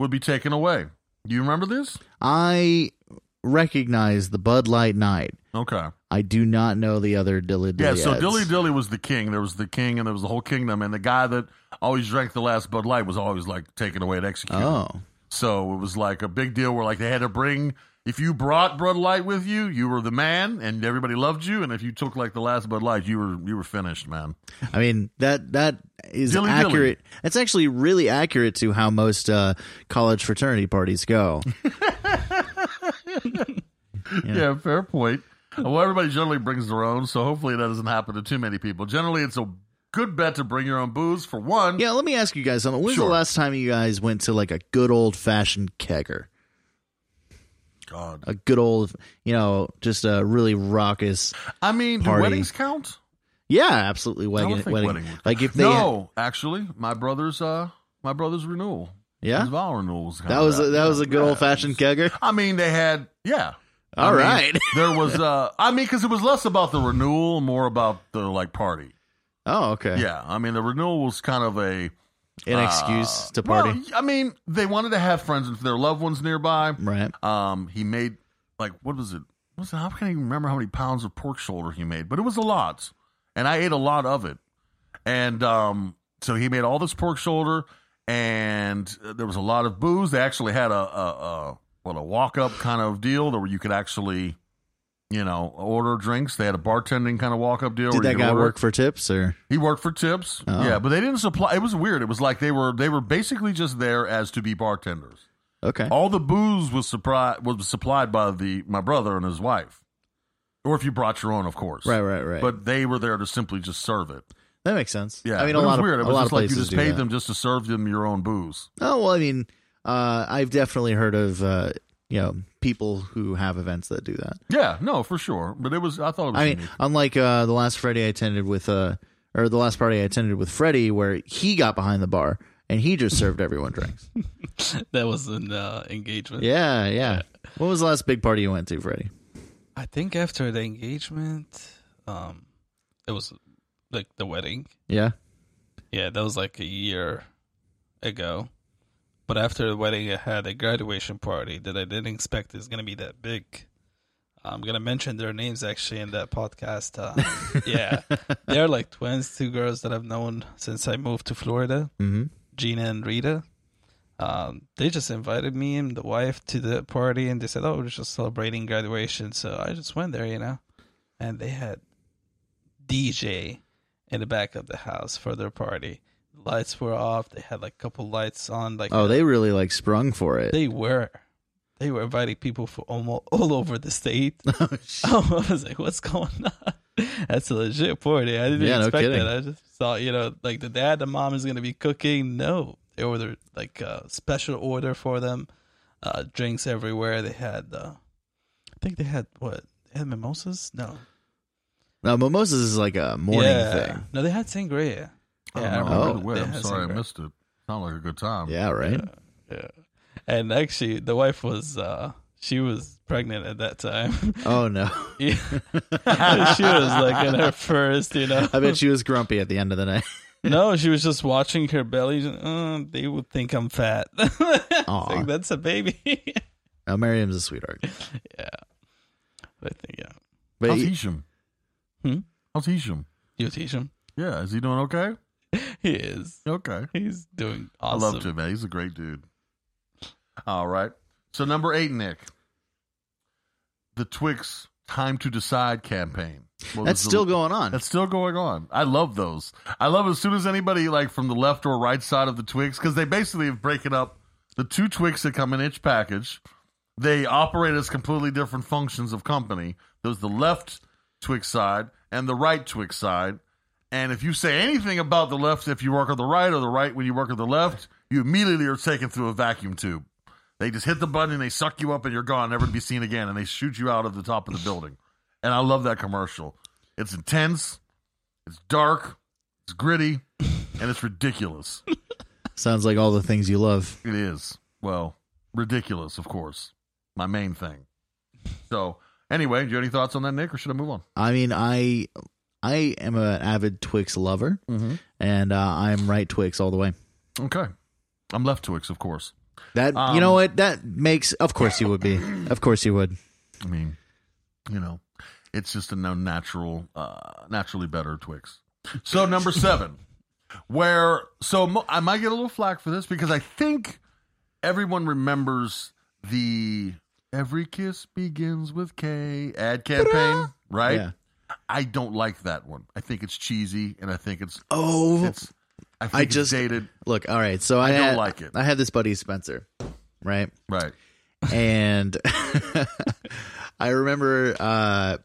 S1: would be taken away. Do you remember this?
S2: I recognize the Bud Light Night.
S1: Okay.
S2: I do not know the other Dilly
S1: Yeah,
S2: Dilly.
S1: so
S2: ads.
S1: Dilly Dilly was the king. There was the king, and there was the whole kingdom, and the guy that always drank the last Bud Light was always like taken away and executed.
S2: Oh,
S1: So it was like a big deal where like they had to bring. If you brought Bud Light with you, you were the man, and everybody loved you. And if you took like the last Bud Light, you were you were finished, man.
S2: I mean that that is
S1: Dilly Dilly.
S2: accurate. That's actually really accurate to how most uh, college fraternity
S1: [LAUGHS]
S2: parties go.
S1: Yeah, fair point. Well, everybody generally brings their own, so hopefully that doesn't happen to too many people. Generally, it's a good bet to bring your own booze for one.
S2: yeah, let me ask you guys something. When's
S1: Sure.
S2: the last time you guys went to like a good old fashioned kegger?
S1: God,
S2: A good old, you know, just a really raucous.
S1: I mean,
S2: Party.
S1: do weddings count?
S2: Yeah, absolutely. Wedding,
S1: think
S2: wedding.
S1: wedding would-
S2: Like if they,
S1: No, actually, my brother's uh my brother's renewal.
S2: yeah,
S1: His vow renewal was kind
S2: that
S1: of
S2: was a, that was a good
S1: Yeah.
S2: old fashioned kegger.
S1: I mean, they had yeah. I
S2: All
S1: mean,
S2: right. [LAUGHS]
S1: there was uh I mean cuz it was less about the renewal, more about the like party.
S2: Oh, okay.
S1: Yeah, I mean the renewal was kind of a
S2: An
S1: uh,
S2: excuse to party,
S1: well, I mean, they wanted to have friends and their loved ones nearby.
S2: right?
S1: Um he made like what was it? What was it? I can't even remember how many pounds of pork shoulder he made, but it was a lot. And I ate a lot of it. And um, so he made all this pork shoulder, and uh, there was a lot of booze. They actually had a, a, a what a walk up kind of deal, where you could actually, you know, order drinks. They had a bartending kind of walk up deal.
S2: Did
S1: where you
S2: that
S1: could
S2: guy
S1: order-
S2: work for tips or?
S1: He worked for tips.
S2: Oh.
S1: Yeah, but they didn't supply. It was weird. It was like they were they were basically just there as to be bartenders.
S2: Okay.
S1: All the booze was supply was supplied by the my brother and his wife, or if you brought your own, of course.
S2: Right, right, right.
S1: But they were there to simply just serve it.
S2: that makes sense.
S1: Yeah,
S2: I mean,
S1: but
S2: a
S1: it was
S2: lot of
S1: weird. It
S2: a
S1: was
S2: lot
S1: just
S2: of
S1: like you
S2: places
S1: just
S2: do
S1: paid
S2: that.
S1: them just to serve them your own booze.
S2: Oh well, I mean, uh, I've definitely heard of uh, you know people who have events that do that.
S1: Yeah, no, for sure. But it was. I thought it was.
S2: I mean,
S1: unique.
S2: unlike uh, the last Friday I attended with, uh, or the last party I attended with Freddie, where he got behind the bar and he just served
S1: [LAUGHS]
S2: everyone drinks.
S3: That was an uh, engagement.
S2: Yeah, yeah. When was the last big party you went to, Freddie?
S3: I think after the engagement, um, it was like the wedding.
S2: Yeah.
S3: Yeah, that was like a year ago. But after the wedding, I had a graduation party that I didn't expect is going to be that big. I'm going to mention their names actually in that podcast. Uh, yeah. They're like twins, two girls that I've known since I moved to Florida,
S2: Mm-hmm.
S3: Gina and Rita. Um, they just invited me and the wife to the party, and they said, Oh, we're just celebrating graduation. So I just went there, you know. And they had DJ in the back of the house for their party. Lights were off. They had like a couple lights on. Like
S2: Oh, they really like sprung for it. [LAUGHS]
S3: they were they were inviting people from almost all over the state.
S2: Oh,
S3: [LAUGHS] I was like, what's going on? [LAUGHS] That's a legit party. I didn't
S2: Yeah, no
S3: expect
S2: kidding.
S3: that. I just thought, you know, like the dad, the mom is going to be cooking. No, they ordered like a special order for them. Uh, drinks everywhere. They had, uh, I think they had what? They had mimosas? No,
S2: Now mimosas is like a morning
S3: yeah.
S2: thing. Oh.
S3: No, they had sangria.
S1: I
S3: Yeah, I
S1: don't know.
S2: remember
S1: I really
S3: they
S1: went. Oh, I'm
S3: had
S1: sorry, I
S3: sangria.
S1: missed it. Sounded like a good time.
S2: Yeah, right.
S3: Yeah. And actually, the wife was uh she was pregnant at
S2: [LAUGHS]
S3: that time. [LAUGHS]
S2: Oh no,
S3: Yeah. she was like in her first, you know.
S2: I bet she was grumpy at the end of the night. [LAUGHS]
S3: No, she was just watching her belly. Uh, they would think I'm fat. [LAUGHS] It's
S2: Aw.
S3: like, that's a baby. [LAUGHS] I
S2: Now Miriam's a sweetheart,
S3: think yeah.
S2: but
S1: I'll teach him.
S3: Hmm?
S1: I'll teach him.
S3: You teach him.
S1: Yeah, is he doing okay?
S3: He is.
S1: Okay.
S3: He's doing
S1: I
S3: awesome.
S1: loved him, man. He's a great dude. All right. So number eight, Nick. The Twix Time to Decide campaign. What
S2: That's
S1: was the-
S2: still going
S1: [LAUGHS]
S2: on.
S1: That's still going on. I love those. I love as soon as anybody like from the left or right side of the Twix, because they basically have breaking up the two Twix that come in each package. They operate as completely different functions of company. There's the left Twix side and the right Twix side. And if you say anything about the left, if you work on the right, or the right when you work on the left, you immediately are taken through a vacuum tube. They just hit the button and they suck you up and you're gone, never to be seen again. And they shoot you out of the top of the building. And I love that commercial. It's intense, it's dark, it's gritty, and it's ridiculous.
S2: Sounds like all the things you love.
S1: It is. Well, ridiculous, of course. My main thing. So, anyway, do you have any thoughts on that, Nick, or should I move on?
S2: I mean, I I am an avid Twix lover, and uh, I'm right Twix all the way.
S1: Okay. I'm left Twix, of course.
S2: That
S1: Um,
S2: you know what that makes. Of course you would be. Of course you would.
S1: I mean, you know, it's just a no natural, uh, naturally better Twix. So
S2: [LAUGHS]
S1: number seven, where so mo- I might get a little flack for this because I think everyone remembers the "Every Kiss Begins with K" ad campaign, right?
S2: Yeah.
S1: I don't like that one. I think it's cheesy, and I think it's
S2: Oh,
S1: it's. I think
S2: I
S1: it's
S2: just-
S1: dated,
S2: look. All right. So I,
S1: don't
S2: had-
S1: like it.
S2: I had this buddy Spencer, right?
S1: right?
S2: and [LAUGHS] I remember uh,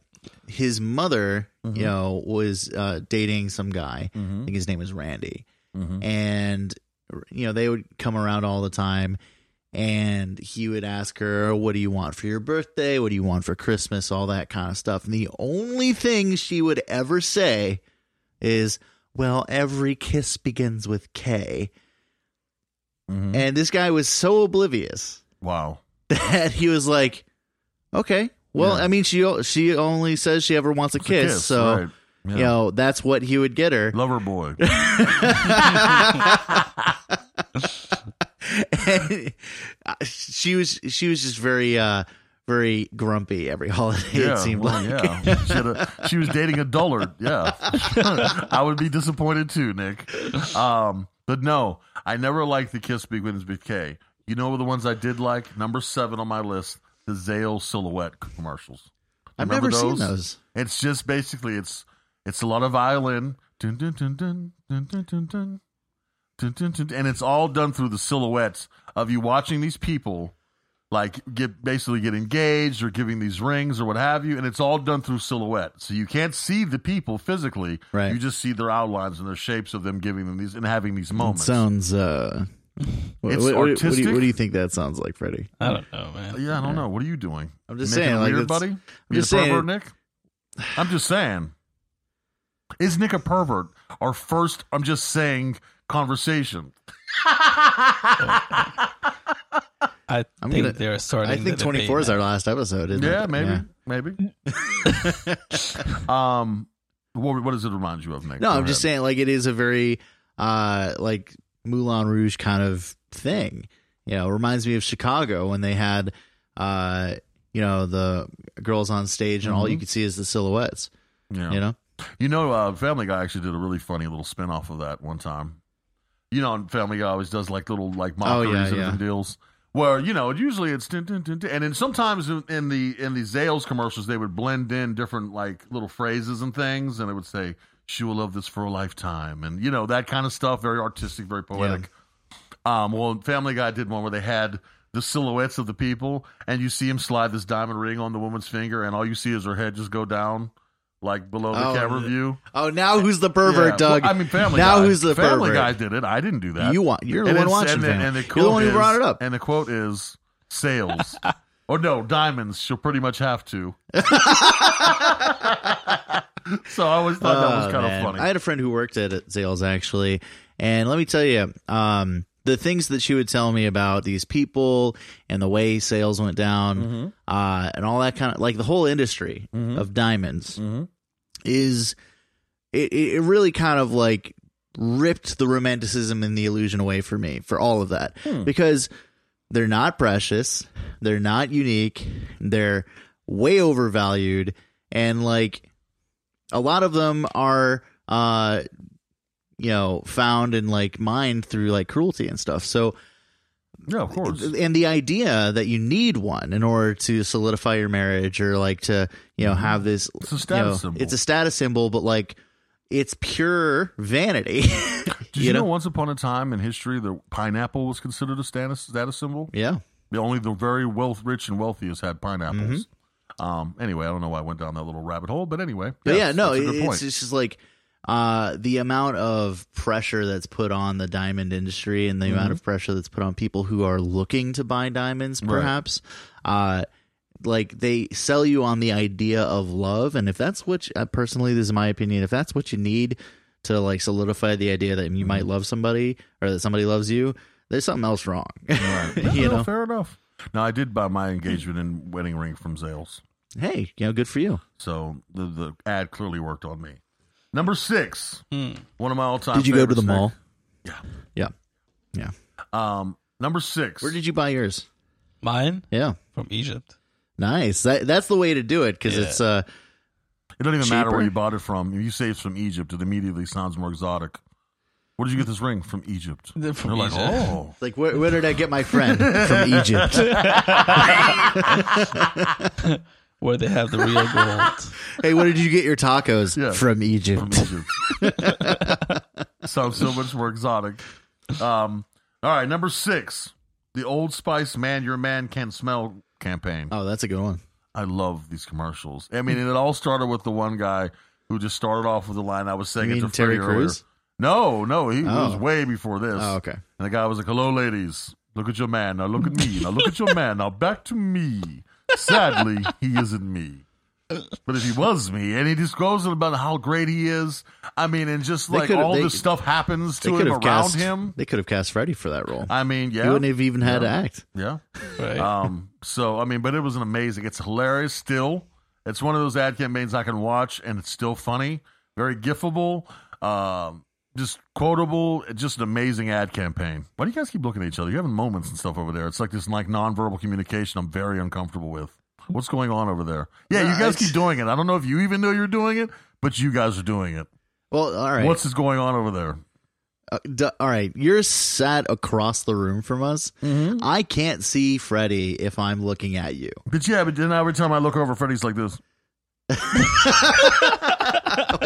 S2: his mother, you know, was uh, dating some guy.
S1: Mm-hmm.
S2: I think his name was Randy, and you know they would come around all the time, and he would ask her, "What do you want for your birthday? What do you want for Christmas? All that kind of stuff." And the only thing she would ever say is, "Well, every kiss begins with K." And this guy was so oblivious
S1: Mm-hmm. Wow.
S2: [LAUGHS] that he was like, okay, well,
S1: Yeah.
S2: I mean, she o- she only says she ever wants a
S1: It's a
S2: kiss, so
S1: right. Yeah.
S2: you know that's what he would
S1: [LAUGHS]
S2: get her. [LAUGHS]
S1: lover boy.
S2: And she was she was just very uh very grumpy every [LAUGHS] holiday. it seemed
S1: well,
S2: like
S1: yeah.
S2: [LAUGHS]
S1: She, had a, she was dating a dullard. Yeah, [LAUGHS] I would be disappointed too, Nick. Um, but no, I never liked the Kiss Big Wins with K. You know the ones I did like. Number seven on my list: the Zale silhouette commercials.
S2: I've
S1: Remember
S2: never seen those.
S1: It's just basically it's it's a lot of violin, dun, dun, dun, dun, dun, dun, dun, dun, dun, dun, dun, and it's all done through the silhouettes of you watching these people like get basically get engaged or giving these rings or what have you, and it's all done through silhouette. So you can't see the people physically.
S2: Right.
S1: You just see their outlines and their shapes of them giving them these and having these
S2: It
S1: moments.
S2: sounds. uh wha-
S1: It's
S2: wha- wha- what, do
S1: artistic.
S2: you, what do you think that sounds like, Freddie?
S3: I don't know, man.
S1: yeah, I don't know. What are you doing?
S2: I'm just
S1: Making
S2: saying,
S1: it
S2: like,
S1: weird,
S2: it's-
S1: buddy. You
S2: just
S1: a pervert,
S2: saying-
S1: Nick. I'm just saying. Is Nick a pervert? Our first, I'm just saying, conversation. [LAUGHS]
S3: I
S2: I'm
S3: think
S2: gonna-
S3: they're starting.
S2: I think 24 is our last episode, isn't
S1: yeah,
S2: it?
S1: maybe,
S2: [LAUGHS]
S1: maybe. um, what, what does it remind you of, Nick?
S2: No,
S1: Go
S2: I'm just
S1: ahead.
S2: saying, like, it is a very, uh, like Moulin Rouge kind of thing. You know, it reminds me of Chicago when they had, uh, you know, the girls on stage and all you could see is the silhouettes.
S1: Mm-hmm. Yeah.
S2: You know,
S1: You know, uh, Family Guy actually did a really funny little spin off of that one time. You know, and Family Guy always does like little like
S2: Oh,
S1: mockeries
S2: yeah,
S1: and
S2: yeah.
S1: different deals. Where you know, usually it's dun, dun, dun, dun, and then sometimes in, in the in the Zales commercials they would blend in different like little phrases and things, and it would say she will love this for a lifetime, and you know that kind of stuff. Very artistic, very poetic. Um, well, Family Guy did one where they had the silhouettes of the people, and you see him slide this diamond ring on the woman's finger, and all you see is her head just go down, like below the
S2: Oh,
S1: camera
S2: yeah.
S1: view.
S2: oh, now who's the pervert,
S1: Yeah.
S2: Doug?
S1: Well, I mean, Family
S2: now
S1: Guy.
S2: who's the
S1: Family
S2: pervert?
S1: Guy did it. I didn't do that.
S2: You want? You're the
S1: And
S2: one
S1: it's-
S2: watching.
S1: and the,
S2: Family.
S1: and the
S2: you're the one who
S1: quote
S2: brought
S1: is-
S2: it up.
S1: And the quote is
S2: [LAUGHS]
S1: sales. or no, diamonds. She'll pretty much have to. so I always thought that was
S2: Oh,
S1: kind
S2: man.
S1: of funny.
S2: I had a friend who worked at Zales actually, and let me tell you, um, the things that she would tell me about these people and the way sales went
S1: Mm-hmm.
S2: down, uh, and all that kind of like the whole industry of
S1: Mm-hmm.
S2: diamonds is it, it it really kind of like ripped the romanticism and the illusion away for me for all of that because they're not precious they're not unique they're way overvalued and like a lot of them are uh you know found and like mined through like cruelty and stuff so
S1: Yeah, of course.
S2: and the idea that you need one in order to solidify your marriage or like to you know have this
S1: It's a status
S2: you know,
S1: symbol.
S2: it's a status symbol but like it's pure vanity [LAUGHS]
S1: Did you, know, once upon a time in history, the pineapple was considered a status status symbol?
S2: yeah
S1: The only the very wealth, rich and wealthiest had pineapples. Um. Anyway, I don't know why I went down that little rabbit hole, but anyway,
S2: Mm-hmm. but
S1: yes,
S2: yeah no
S1: that's a
S2: it-
S1: good
S2: it's,
S1: point.
S2: it's just like uh the amount of pressure that's put on the diamond industry and the amount of pressure that's put on people who are looking to buy diamonds
S1: Right.
S2: perhaps uh like they sell you on the idea of love and if that's what you, uh, personally this is my opinion if that's what you need to like solidify the idea that you might love somebody or that somebody loves you there's something else wrong
S1: Yeah,
S2: [LAUGHS] you
S1: no,
S2: know
S1: fair enough. Now I did buy my engagement and wedding ring from Zales,
S2: hey you know good for you
S1: so the the ad clearly worked on me. Number six, one of my all time.
S2: did you go to the mall
S1: Yeah.
S2: yeah yeah
S1: Um, number six.
S2: where did you buy yours
S3: Mine
S2: yeah
S3: from Egypt.
S2: Nice. That, that's the way to do it because
S3: Yeah.
S2: it's uh
S1: It doesn't even matter where
S2: Cheaper?
S1: you bought it from. If you say it's from Egypt, it immediately sounds more exotic. Where did you get this ring from? Egypt.
S3: They're from
S1: They're
S3: Egypt.
S1: like, oh,
S2: it's like where, where did I get my
S1: [LAUGHS]
S2: friend from Egypt?
S3: where they have the real gold.
S2: [LAUGHS] hey, where did you get your tacos
S1: Yeah.
S2: from
S1: from [CLEARS THROAT]
S2: Egypt?
S1: Egypt. sounds so much more exotic. Um, all right, number six, the Old Spice "Man Your Man Can Smell" campaign.
S2: Oh, that's a good one.
S1: I love these commercials. I mean, and it all started with the one guy who just started off with the line I was saying
S2: You
S1: it
S2: mean
S1: to Freddie
S2: Terry
S1: earlier.
S2: Crews?
S1: No, no, he it was
S2: Oh.
S1: way before this.
S2: Oh, okay.
S1: And the guy was like, "Hello, ladies. Look at your man. Now look at me. Now look at your man. Now back to me. Sadly, he isn't me. But if he was me, and he just goes on about how great he is. I mean, and just
S2: They
S1: like
S2: could've-
S1: all
S2: they-
S1: this stuff happens
S2: They
S1: to
S2: could
S1: him
S2: have
S1: around
S2: cast
S1: him.
S2: They could have cast Freddy for that role.
S1: I mean,
S2: He
S1: yeah,
S2: wouldn't e- have even had to act.
S1: yeah.
S3: Right.
S2: Uh,
S1: Um, so I mean, but it was an amazing. It's hilarious still. It's one of those ad campaigns I can watch, and it's still funny, very gifable, um, just quotable. Just an amazing ad campaign. Why do you guys keep looking at each other? You're having moments and stuff over there. It's like this like nonverbal communication. I'm very uncomfortable with. What's going on over there? Yeah, you guys keep doing it. I don't know if you even know you're doing it, but you guys are doing it.
S2: Well, all right.
S1: What's is going on over there?
S2: Uh, d- all right. You're sat across the room from us.
S1: Hmm.
S2: I can't see Freddy if I'm looking at you.
S1: But yeah, but then every time I look over, Freddy's like this. [LAUGHS]
S2: Uh,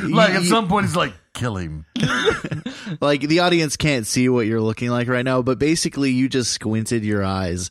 S2: you-
S1: Like at
S2: you-
S1: some point, he's like, "Kill him."
S2: like the audience can't see what you're looking like right now, but basically you just squinted your eyes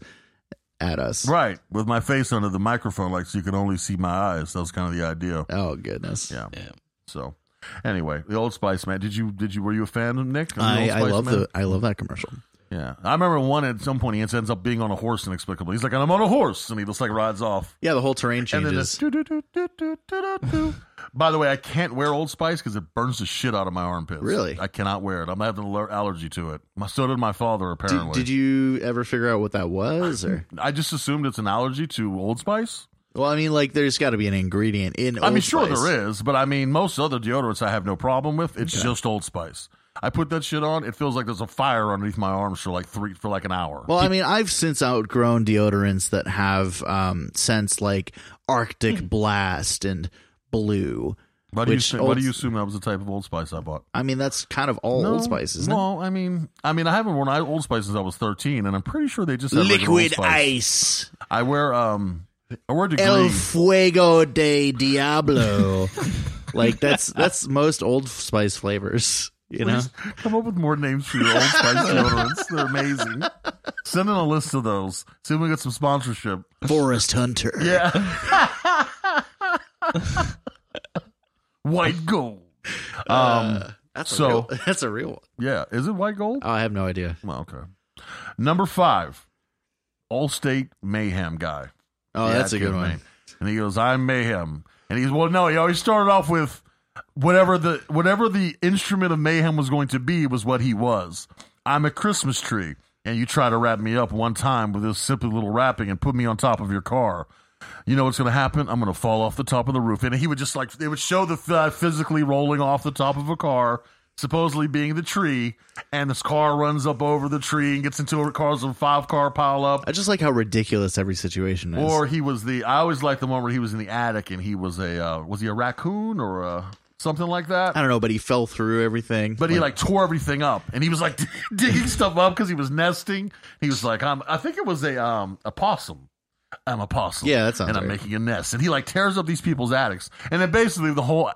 S2: at us.
S1: Right, with my face under the microphone, like so you can only see my eyes. That was kind of the idea.
S2: Oh goodness.
S1: Yeah.
S3: Yeah.
S1: So, anyway, the Old Spice man. Did you did you were you a fan of Nick? of the
S2: I,
S1: Old
S2: I
S1: Spice
S2: love
S1: man?
S2: the I love that commercial.
S1: Yeah, I remember one at some point he ends up being on a horse inexplicably. He's like, "I'm on a horse," and he just like rides off.
S2: Yeah, the whole terrain
S1: And then
S2: changes.
S1: the doo-doo-doo-doo-doo-doo-doo. [LAUGHS] By the way, I can't wear Old Spice because it burns the shit out of my armpits.
S2: Really?
S1: I cannot wear it. I'm having an aller- allergy to it. My so did my father apparently.
S2: did, did you ever figure out what that was? Or
S1: I just assumed it's an allergy to Old Spice.
S2: [LAUGHS] well, I mean, like there's got to be an ingredient in.
S1: I mean, sure there is, but I mean, most other deodorants I have no problem with. It's just Old Spice. I put that shit on. It feels like there's a fire underneath my arms for like three for like an hour.
S2: Well, I mean, I've since outgrown deodorants that have um, scents like Arctic Blast and Blue.
S1: why, do you,
S2: which
S1: thi- why do
S2: Old-
S1: you assume that was the type of Old Spice I bought?
S2: I mean, that's kind of all
S1: No,
S2: Old Spice, isn't it?
S1: Well, I mean, I mean, I haven't worn I- Old Spice since I was 13, and I'm pretty sure they just have regular Old Spice.
S2: Ice,
S1: I wear um, I wear degree.
S2: El Fuego de [LAUGHS] Diablo. like that's that's most Old Spice flavors. You know,
S1: Please [LAUGHS] come up with more names for your Old
S2: [LAUGHS]
S1: Spice deodorants. They're amazing. Send in a list of those. See if we can get some sponsorship.
S2: Forest Hunter.
S1: Yeah. [LAUGHS] white gold. Um.
S2: Uh, that's
S1: so-
S2: a real, [LAUGHS] that's a real one.
S1: yeah. Is it white gold?
S2: Oh, I have no idea.
S1: Well, okay. Number five, Allstate Mayhem guy.
S2: Oh,
S1: Yeah,
S2: that's a good
S1: kid's
S2: one.
S1: name. And he goes, "I'm Mayhem." And he's well, no. He always started off with whatever the whatever the instrument of mayhem was going to be was what he was. I'm a Christmas tree, and you try to wrap me up one time with this simple little wrapping and put me on top of your car. You know what's going to happen? I'm going to fall off the top of the roof. And he would just like, they would show the guy physically rolling off the top of a car, supposedly being the tree. And this car runs up over the tree and gets into a car's a five car pile up.
S2: I just like how ridiculous every situation is.
S1: Or he was the. I always liked the one where he was in the attic and he was a. Uh, was he a raccoon or a something like that.
S2: I don't know, but he fell through everything.
S1: But he like tore everything up, and he was like [LAUGHS] digging stuff up because he was nesting. He was like, um, I think it was a um a possum. I'm a possum.
S2: Yeah, that sounds
S1: And I'm
S2: right.
S1: making a nest, and he like tears up these people's attics, and then basically the whole,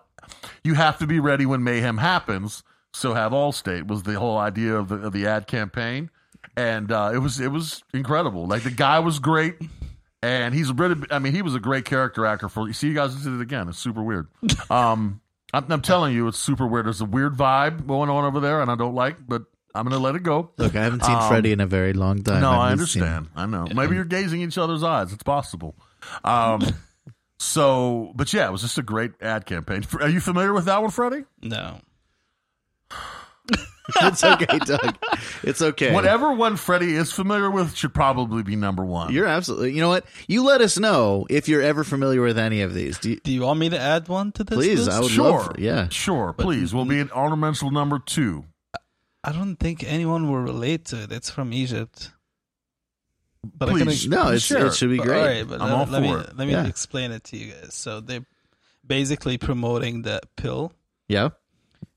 S1: you have to be ready when mayhem happens. So have Allstate was the whole idea of the of the ad campaign, and uh, it was it was incredible. Like the guy was great. And he's a bit. I mean, he was a great character actor. For see, you guys did it again. It's super
S2: [LAUGHS]
S1: weird. Um, I'm, I'm telling you, it's super weird. There's a weird vibe going on over there, and I don't like. But I'm gonna let it go.
S2: Look, I haven't seen
S1: Um,
S2: Freddy in a very long time.
S1: No,
S2: I've
S1: I
S2: just seen-
S1: understand. I know. Maybe you're gazing each other's eyes. It's possible.
S2: [LAUGHS]
S1: Um, so, but yeah, it was just a great ad campaign. Are you familiar with that one, Freddie?
S3: No.
S2: [LAUGHS] it's okay, Doug. It's okay.
S1: Whatever one Freddie is familiar with should probably be number one.
S2: You're absolutely. You know what? You let us know if you're ever familiar with any of these. Do you,
S3: Do you want me to add one to this?
S2: please,
S3: list?
S2: I would
S1: sure.
S2: love. Yeah.
S1: Sure. Please, we'll be at ornamental number two.
S3: I don't think anyone will relate to it. It's from Egypt. But
S1: Please,
S2: No, it's,
S1: Sure.
S2: it should be
S3: but-
S2: great.
S3: all right, but
S1: I'm
S3: let,
S1: all
S3: let
S1: for
S3: me
S1: it.
S3: let me
S2: Yeah.
S3: explain it to you guys. So they're basically promoting that pill.
S2: Yeah.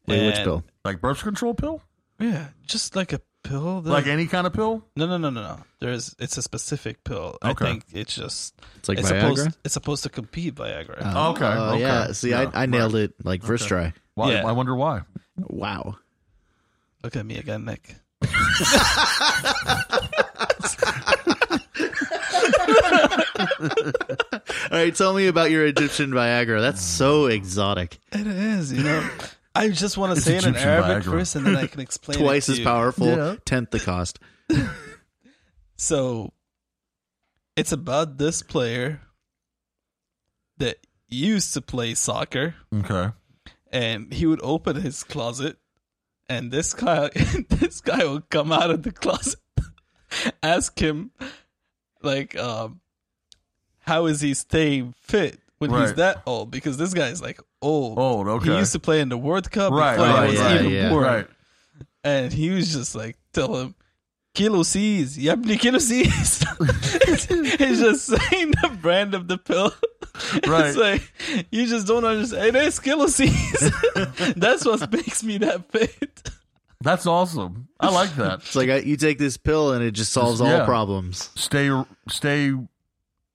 S2: Wait, which
S3: and-
S2: bill?
S1: Like birth control pill,
S3: Yeah, just like a pill. that-
S1: like any kind of pill.
S3: no, no, no, no, no. There's it's a specific pill. I
S1: Okay.
S3: think it's just
S2: It's like
S3: it's
S2: Viagra.
S3: supposed it's supposed to compete Viagra.
S2: Oh,
S1: Okay,
S2: oh,
S1: okay.
S2: Yeah. See,
S1: Yeah,
S2: I, I nailed it like first try.
S1: Why?
S3: Yeah.
S1: I wonder why.
S2: Wow.
S3: Look at me again, Nick.
S2: All right. Tell me about your Egyptian Viagra. That's so exotic.
S3: It is, you know. [LAUGHS] I just want to
S1: It's
S3: say it in
S1: Egyptian
S3: Arabic
S1: Viagra.
S3: first, and then I can explain. it
S2: Twice
S3: to
S2: as
S3: you.
S2: powerful.
S1: Yeah.
S2: Tenth the cost.
S3: So it's about this player that used to play soccer
S1: Okay.
S3: and he would open his closet and this guy [LAUGHS] this guy would come out of the closet [LAUGHS] ask him like um how is he staying fit when he's
S1: Right.
S3: that old because this guy's like old
S1: Old, okay.
S3: he used to play in the World Cup
S1: Right,
S3: before
S1: right,
S3: it was
S2: right,
S3: even
S2: yeah.
S3: born.
S1: Right.
S3: and he was just like tell him Kilo C's, yabni [LAUGHS]
S1: [LAUGHS]
S3: Kilo C's. He's just saying the brand of the pill. [LAUGHS]
S1: Right.
S3: It's like you just don't understand. It is Kilo C's. [LAUGHS] That's what makes me that fit.
S1: That's awesome. I like
S2: [LAUGHS]
S1: that.
S2: It's like I, you take this pill and it just solves all
S1: yeah.
S2: problems.
S1: stay, stay.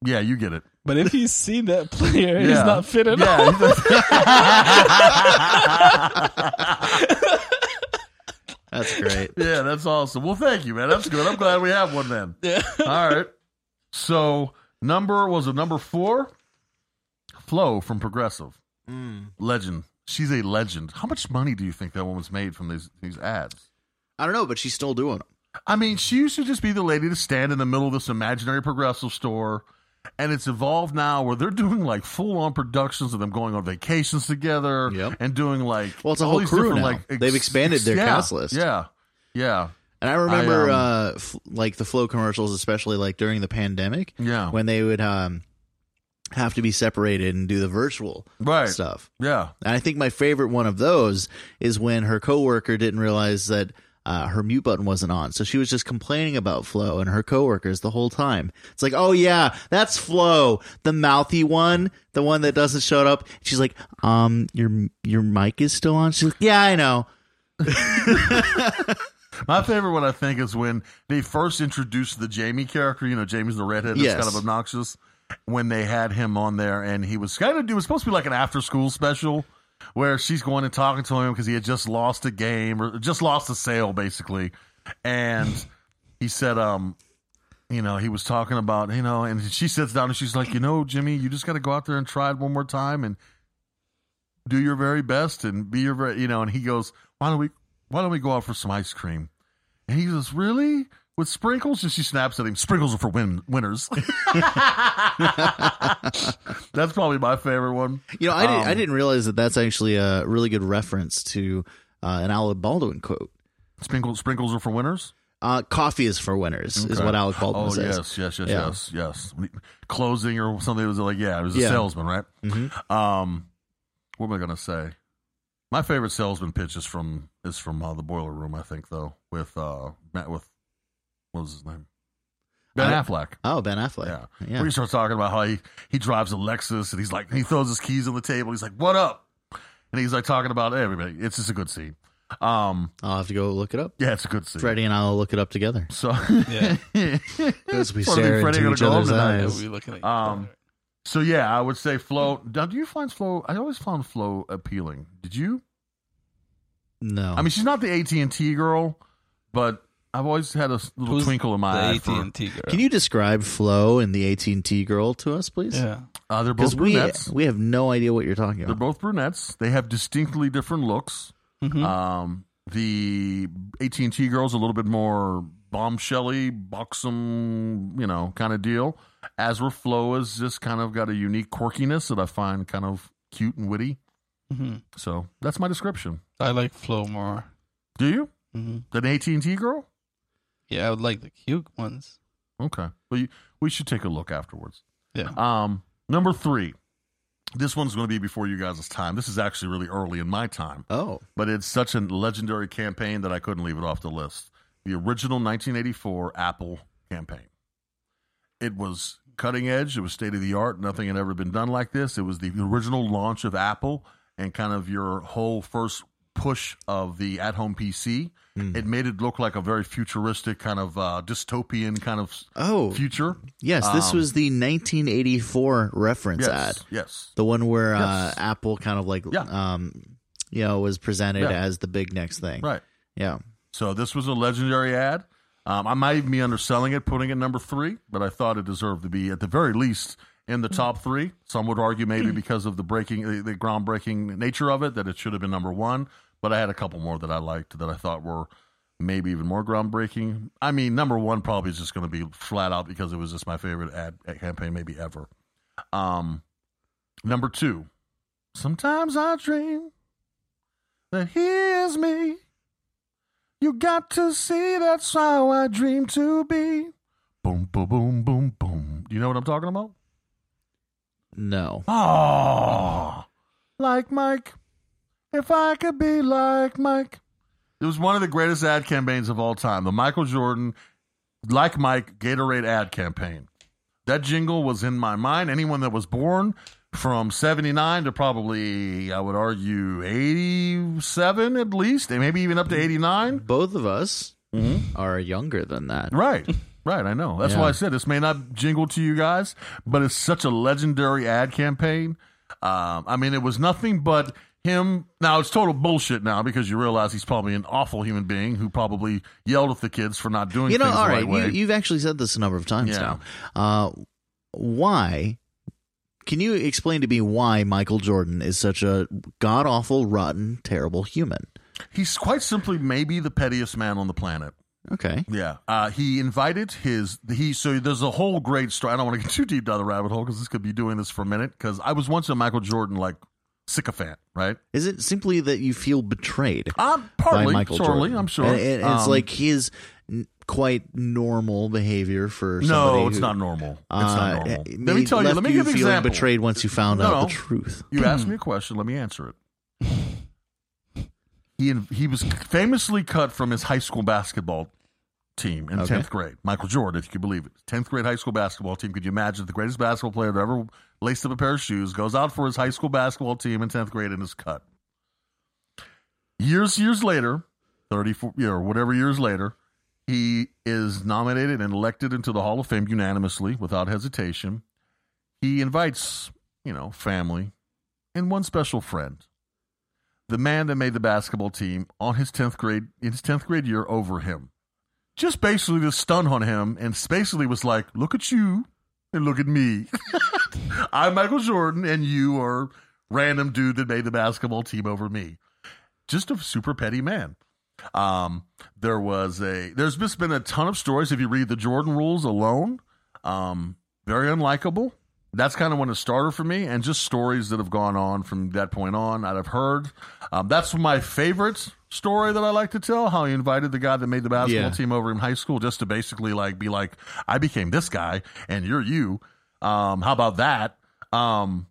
S1: Yeah, you get it.
S3: But if you see that player, he's
S1: Yeah.
S3: not fit at all.
S1: Yeah.
S2: That's great.
S1: yeah, that's awesome. Well, thank you, man. That's good. I'm glad we have one then.
S3: [LAUGHS] Yeah.
S1: All right. So number was a number four. Flo from Progressive,
S3: Mm.
S1: legend. She's a legend. How much money do you think that woman's made from these these ads?
S2: [LAUGHS] I don't know, but she's still doing them.
S1: I mean, she used to just be the lady to stand in the middle of this imaginary progressive store. And it's evolved now where they're doing like full on productions of them going on vacations together
S2: Yep.
S1: and doing like
S2: Well, it's a
S1: all
S2: whole
S1: these
S2: crew
S1: different,
S2: now. They've expanded their
S1: yeah,
S2: cast list.
S1: Yeah. Yeah.
S2: And I remember,
S1: I, um,
S2: uh, f- like the flow commercials, especially like during the pandemic,
S1: Yeah.
S2: when they would um, have to be separated and do the virtual
S1: Right.
S2: stuff.
S1: Yeah.
S2: And I think my favorite one of those is when her coworker didn't realize that uh, her mute button wasn't on, so she was just complaining about Flo and her coworkers the whole time. It's like, oh yeah, that's Flo, the mouthy one, the one that doesn't shut up. She's like, um, your your mic is still on. She's like, yeah, I know.
S1: My favorite one, I think, is when they first introduced the Jamie character. You know, Jamie's the redhead that's
S2: Yes.
S1: kind of obnoxious. When they had him on there, and he was kind of it was supposed to be like an after school special where she's going and talking to him because he had just lost a game or just lost a sale, basically. And he said, um, you know, he was talking about, you know, and she sits down and she's like, you know, Jimmy, you just got to go out there and try it one more time and do your very best and be your very, you know. And he goes, why don't we, why don't we go out for some ice cream? And he goes, really? With sprinkles? And she snaps at him. Sprinkles are for win- winners. That's probably my favorite one.
S2: You know, I, didn't, I
S1: Um,
S2: didn't realize that that's actually a really good reference to uh, an Alec Baldwin quote.
S1: Sprinkles, sprinkles are for winners.
S2: Uh, coffee is for winners, is
S1: Okay.
S2: what Alec Baldwin
S1: Oh
S2: says.
S1: yes, yes, yes,
S2: Yeah.
S1: yes, yes. Closing or something it was like yeah, it was a
S2: Yeah.
S1: salesman, right?
S2: Mhm.
S1: Um, what am I gonna say? My favorite salesman pitch is from is from uh, the Boiler Room, I think, though. With uh, Matt, with what was his name? Ben
S2: I-
S1: Affleck.
S2: Oh, Ben Affleck.
S1: Yeah.
S2: Yeah.
S1: Where he starts talking about how he, he drives a Lexus and he's like, he throws his keys on the table. He's like, what up? and he's like talking about everybody. It's just a good scene. Um,
S2: I'll have to go look it up.
S1: yeah, it's a good scene.
S2: Freddie and I'll look it up together.
S1: So [LAUGHS]
S3: Yeah.
S2: As we
S1: Well, I think
S2: stare
S1: Freddie
S2: into
S1: gonna
S2: each
S1: go home
S2: other's
S1: tonight.
S3: yeah
S2: eyes.
S3: we looking at each
S1: Um,
S3: other.
S1: So yeah, I would say flow. Now, do you find flow? I always found flow appealing. Did you?
S2: No.
S1: I mean, she's not the AT and T girl, but I've always had a s- little
S3: Who's
S1: twinkle in
S3: The
S1: my eye.
S3: AT
S1: For,
S3: and T girl.
S2: Can you describe Flo and the AT and T girl to us, please?
S3: Yeah.
S1: uh, they're
S2: Because
S1: both
S2: we
S1: brunettes.
S2: we have no idea what you're talking
S1: they're
S2: about.
S1: both brunettes. They have distinctly different looks.
S3: Mhm.
S1: Um, the AT and T girl's a little bit more bombshelly, buxom, you know, kind of deal. As where Flo is just kind of got a unique quirkiness that I find kind of cute and witty.
S3: Mhm.
S1: So that's my description.
S3: I like Flo more.
S1: Do you?
S3: hmm
S1: An AT and T girl?
S3: Yeah, I would like the cute ones.
S1: Okay. Well, you, we should take a look afterwards.
S3: Yeah.
S1: Um, number three. This one's going to be before you guys' time. This is actually really early in my time,
S2: Oh,
S1: but it's such a legendary campaign that I couldn't leave it off the list. The original 1984 Apple campaign. It was cutting edge. It was state of the art. Nothing had ever been done like this. It was the original launch of Apple and kind of your whole first push of the at home PC. It made it look like a very futuristic kind of uh, dystopian kind of
S2: oh,
S1: future.
S2: yes. This
S1: Um,
S2: was the 1984 reference
S1: Yes.
S2: ad,
S1: Yes.
S2: the one where uh,
S1: Yes.
S2: Apple kind of like,
S1: Yeah.
S2: um, you know, was presented
S1: Yeah.
S2: as the big next thing.
S1: Right.
S2: Yeah.
S1: So this was a legendary ad. Um, I might even be underselling it, putting it number three, but I thought it deserved to be at the very least in the top three. Some would argue maybe because of the breaking, the, the groundbreaking nature of it, that it should have been number one. But I had a couple more that I liked that I thought were maybe even more groundbreaking. I mean, number one probably is just going to be flat out because it was just my favorite ad, ad campaign maybe ever. Um, number two, sometimes I dream that hears me. You got to see that's how I dream to be. Boom, boom, boom, boom, boom. You know what I'm talking about?
S2: No.
S1: Oh, like Mike. If I could be like Mike. It was one of the greatest ad campaigns of all time. The Michael Jordan, like Mike, Gatorade ad campaign. That jingle was in my mind. Anyone that was born from 79 to probably, I would argue, 87 at least, and maybe even up to 89.
S2: Both of us
S1: Mm-hmm.
S2: are younger than that.
S1: Right. [LAUGHS] Right, I know. That's
S2: Yeah.
S1: why I said this may not jingle to you guys, but it's such a legendary ad campaign. Um, I mean, it was nothing but him. Now it's total bullshit now because you realize he's probably an awful human being who probably yelled at the kids for not doing
S2: You know,
S1: things
S2: all
S1: the
S2: right.
S1: right way.
S2: You, you've actually said this a number of times
S1: Yeah.
S2: now. Uh, why? Can you explain to me why Michael Jordan is such a god awful, rotten, terrible human?
S1: he's quite simply maybe the pettiest man on the planet.
S2: Okay.
S1: Yeah, uh, he invited his he. So there's a whole great story. I don't want to [LAUGHS] get too deep down the rabbit hole because this could be doing this for a minute. Because I was once a Michael Jordan like sycophant, right?
S2: Is it simply that you feel betrayed
S1: I'm
S2: by
S1: partly,
S2: Michael
S1: surely,
S2: Jordan?
S1: I'm sure.
S2: And, and it's
S1: Um,
S2: like his n- quite normal behavior for somebody
S1: no, it's
S2: who,
S1: not normal. It's
S2: uh,
S1: not normal.
S2: it
S1: Let me
S2: made-
S1: tell you.
S2: left
S1: Let me give an
S2: feeling
S1: example.
S2: Betrayed once you found
S1: No,
S2: out
S1: no.
S2: the truth.
S1: You asked me a question. Let me answer it. He he was famously cut from his high school basketball team in
S2: Okay.
S1: tenth grade. Michael Jordan, if you could believe it, tenth grade high school basketball team. Could you imagine the greatest basketball player to ever laced up a pair of shoes goes out for his high school basketball team in tenth grade and is cut? Years years later, thirty four or whatever years later, he is nominated and elected into the Hall of Fame unanimously without hesitation. He invites, you know, family and one special friend. The man that made the basketball team on his 10th grade in his 10th grade year over him. Just basically to stun on him and basically was like, "Look at you and look at me. [LAUGHS] I'm Michael Jordan and you are random dude that made the basketball team over me." Just a super petty man. Um, there was a there's just been a ton of stories if you read the Jordan rules alone. Um, very unlikable. That's kind of when it started for me, and just stories that have gone on from that point on that I've heard. Um, that's my favorite story that I like to tell. How he invited the guy that made the basketball
S2: Yeah.
S1: team over in high school just to basically like be like, I became this guy, and you're you. Um, how about that? Um,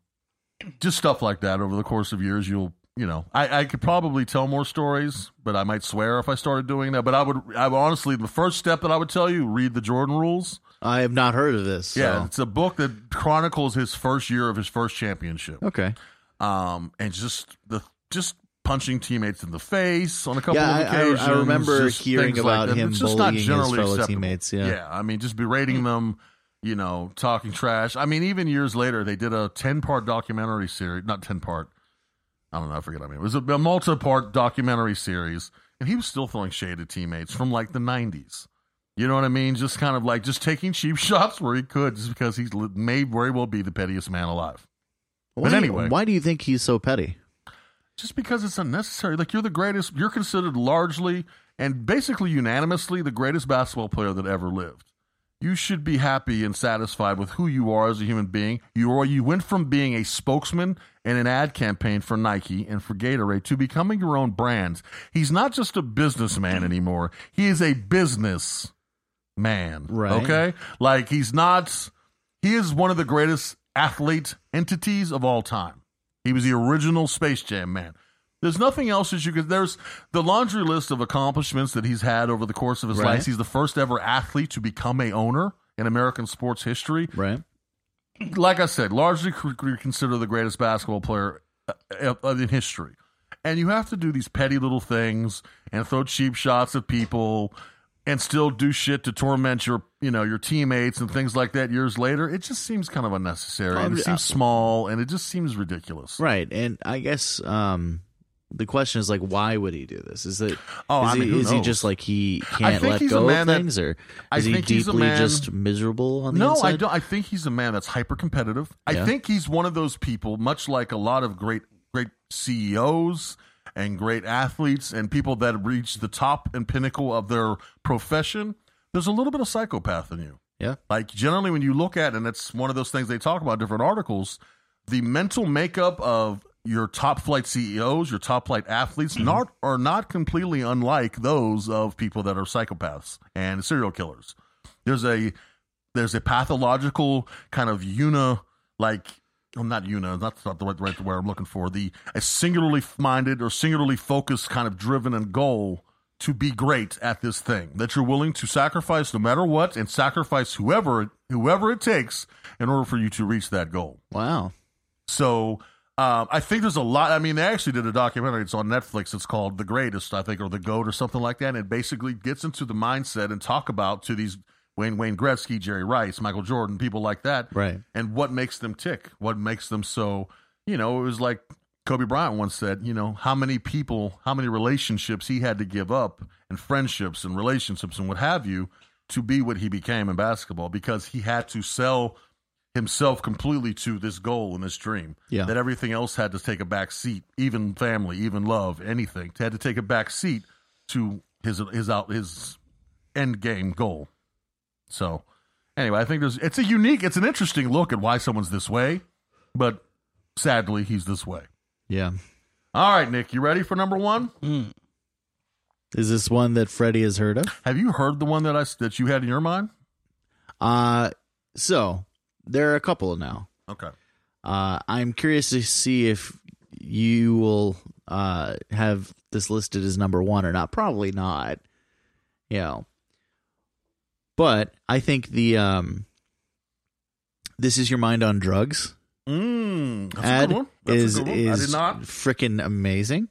S1: just stuff like that over the course of years you'll you know I, I could probably tell more stories but i might swear if i started doing that but i would i would honestly the first step that i would tell you read the jordan rules
S2: I have not heard of this. so-
S1: yeah it's a book that chronicles his first year of his first championship
S2: Okay.
S1: um and just the just punching teammates in the face on a couple
S2: Yeah,
S1: of
S2: I- I- I
S1: occasions.
S2: remember
S1: just
S2: hearing
S1: things
S2: about
S1: like that.
S2: him
S1: It's just not
S2: bullying his
S1: generally
S2: fellow
S1: acceptable.
S2: teammates, yeah.
S1: I mean, just berating them. You know, talking trash. I mean, even years later, they did a ten-part documentary series. Not ten-part. I don't know. I forget. I mean, it was a, a multi-part documentary series, and he was still throwing shade at teammates from like the '90s. You know what I mean? Just kind of like just taking [LAUGHS] cheap shots where he could, just because he may very well be the pettiest man alive.
S2: Why,
S1: anyway.
S2: why do you think he's so petty?
S1: just because it's unnecessary. Like you're the greatest. You're considered largely and basically unanimously the greatest basketball player that ever lived. You should be happy and satisfied with who you are as a human being. You are you went from being a spokesman in an ad campaign for Nike and for Gatorade to becoming your own brands. He's not just a businessman anymore. He is a business man.
S2: Right.
S1: Okay? Like he's not he is one of the greatest athlete entities of all time. He was the original Space Jam man. There's nothing else that you could. There's the laundry list of accomplishments that he's had over the course of his
S2: Right.
S1: life. He's the first ever athlete to become a owner in American sports history.
S2: Right.
S1: Like I said, largely c- c- considered the greatest basketball player uh, uh, in history. And you have to do these petty little things and throw cheap shots at people and still do shit to torment your, you know, your teammates and things like that years later. It just seems kind of unnecessary. and it
S2: Um,
S1: seems small and it just seems ridiculous.
S2: Right. And I guess um, the question is like, why would he do this? Is it?
S1: Oh,
S2: is
S1: I mean,
S2: he,
S1: who
S2: is he
S1: knows?
S2: just like he
S1: I
S2: can't
S1: think
S2: let
S1: he's a
S2: go
S1: man
S2: of
S1: that-
S2: things, or
S1: I
S2: is he
S1: think he's a
S2: deeply
S1: man-
S2: just miserable on the
S1: no,
S2: inside?
S1: I don't. I think he's a man that's hyper competitive.
S2: Yeah.
S1: I think he's one of those people, much like a lot of great, great CEOs and great athletes and people that reach the top and pinnacle of their profession. There's a little bit of psychopath in you.
S2: Yeah.
S1: Like generally, when you look at, and it's one of those things they talk about in different articles, the mental makeup of your top flight CEOs, your top flight athletes, not are not completely unlike those of people that are psychopaths and serial killers. There's a there's a pathological kind of una like well, not una that's not the right, right word i'm looking for the a singularly minded or singularly focused kind of driven and goal to be great at this thing that you're willing to sacrifice no matter what and sacrifice whoever whoever it takes in order for you to reach that goal
S2: Wow.
S1: so um, I think there's a lot. I mean, they actually did a documentary. It's on Netflix. It's called The Greatest, I think, or The Goat, or something like that. And it basically gets into the mindset and talk about to these Wayne Wayne Gretzky, Jerry Rice, Michael Jordan, people like that,
S2: Right.
S1: and what makes them tick, what makes them so. You know, it was like Kobe Bryant once said. You know, how many people, how many relationships he had to give up, and friendships and relationships and what have you, to be what he became in basketball because he had to sell himself completely to this goal and this dream.
S2: Yeah.
S1: That everything else had to take a back seat, even family, even love, anything had to take a back seat to his his out his end game goal. So anyway, I think there's it's a unique, it's an interesting look at why someone's this way, but sadly he's this way.
S2: Yeah.
S1: All right, Nick, you ready for number one?
S3: Mm. [LAUGHS]
S2: Is this one that Freddie has heard of?
S1: Have you heard the one that I s- that you had in your mind?
S2: Uh so there are a couple now.
S1: Okay.
S2: Uh, I'm curious to see if you will uh, have this listed as number one or not. Probably not. You know, but I think the um, this is your mind on drugs
S1: Mm, that's a
S2: ad
S1: good one. That's
S2: is
S1: a good one. I did
S2: is
S1: not.
S2: freaking amazing.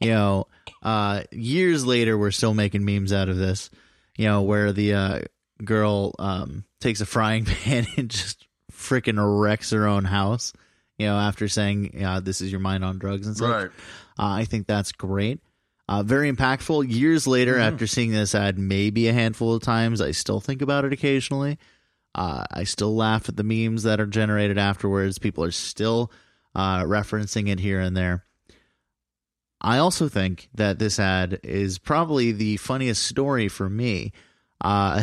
S2: You know, uh, years later, we're still making memes out of this. You know, where the uh, girl um, takes a frying [LAUGHS] pan and just freaking wrecks her own house. You know, after saying uh, this is your mind on drugs and stuff.
S1: Right.
S2: Uh, I think that's great. Uh, very impactful. Years later, after seeing this ad maybe a handful of times, I still think about it occasionally. Uh, I still laugh at the memes that are generated afterwards. People are still uh, referencing it here and there. I also think that this ad is probably the funniest story for me. Uh,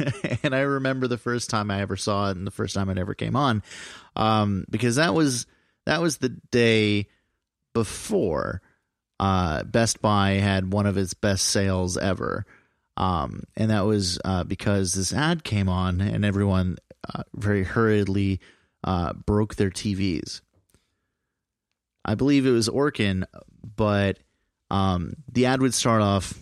S2: [LAUGHS] and I remember the first time I ever saw it and the first time it ever came on, um, because that was that was the day before uh, Best Buy had one of its best sales ever. Um, and that was uh, because this ad came on and everyone uh, very hurriedly uh, broke their TVs. I believe it was Orkin, but um, the ad would start off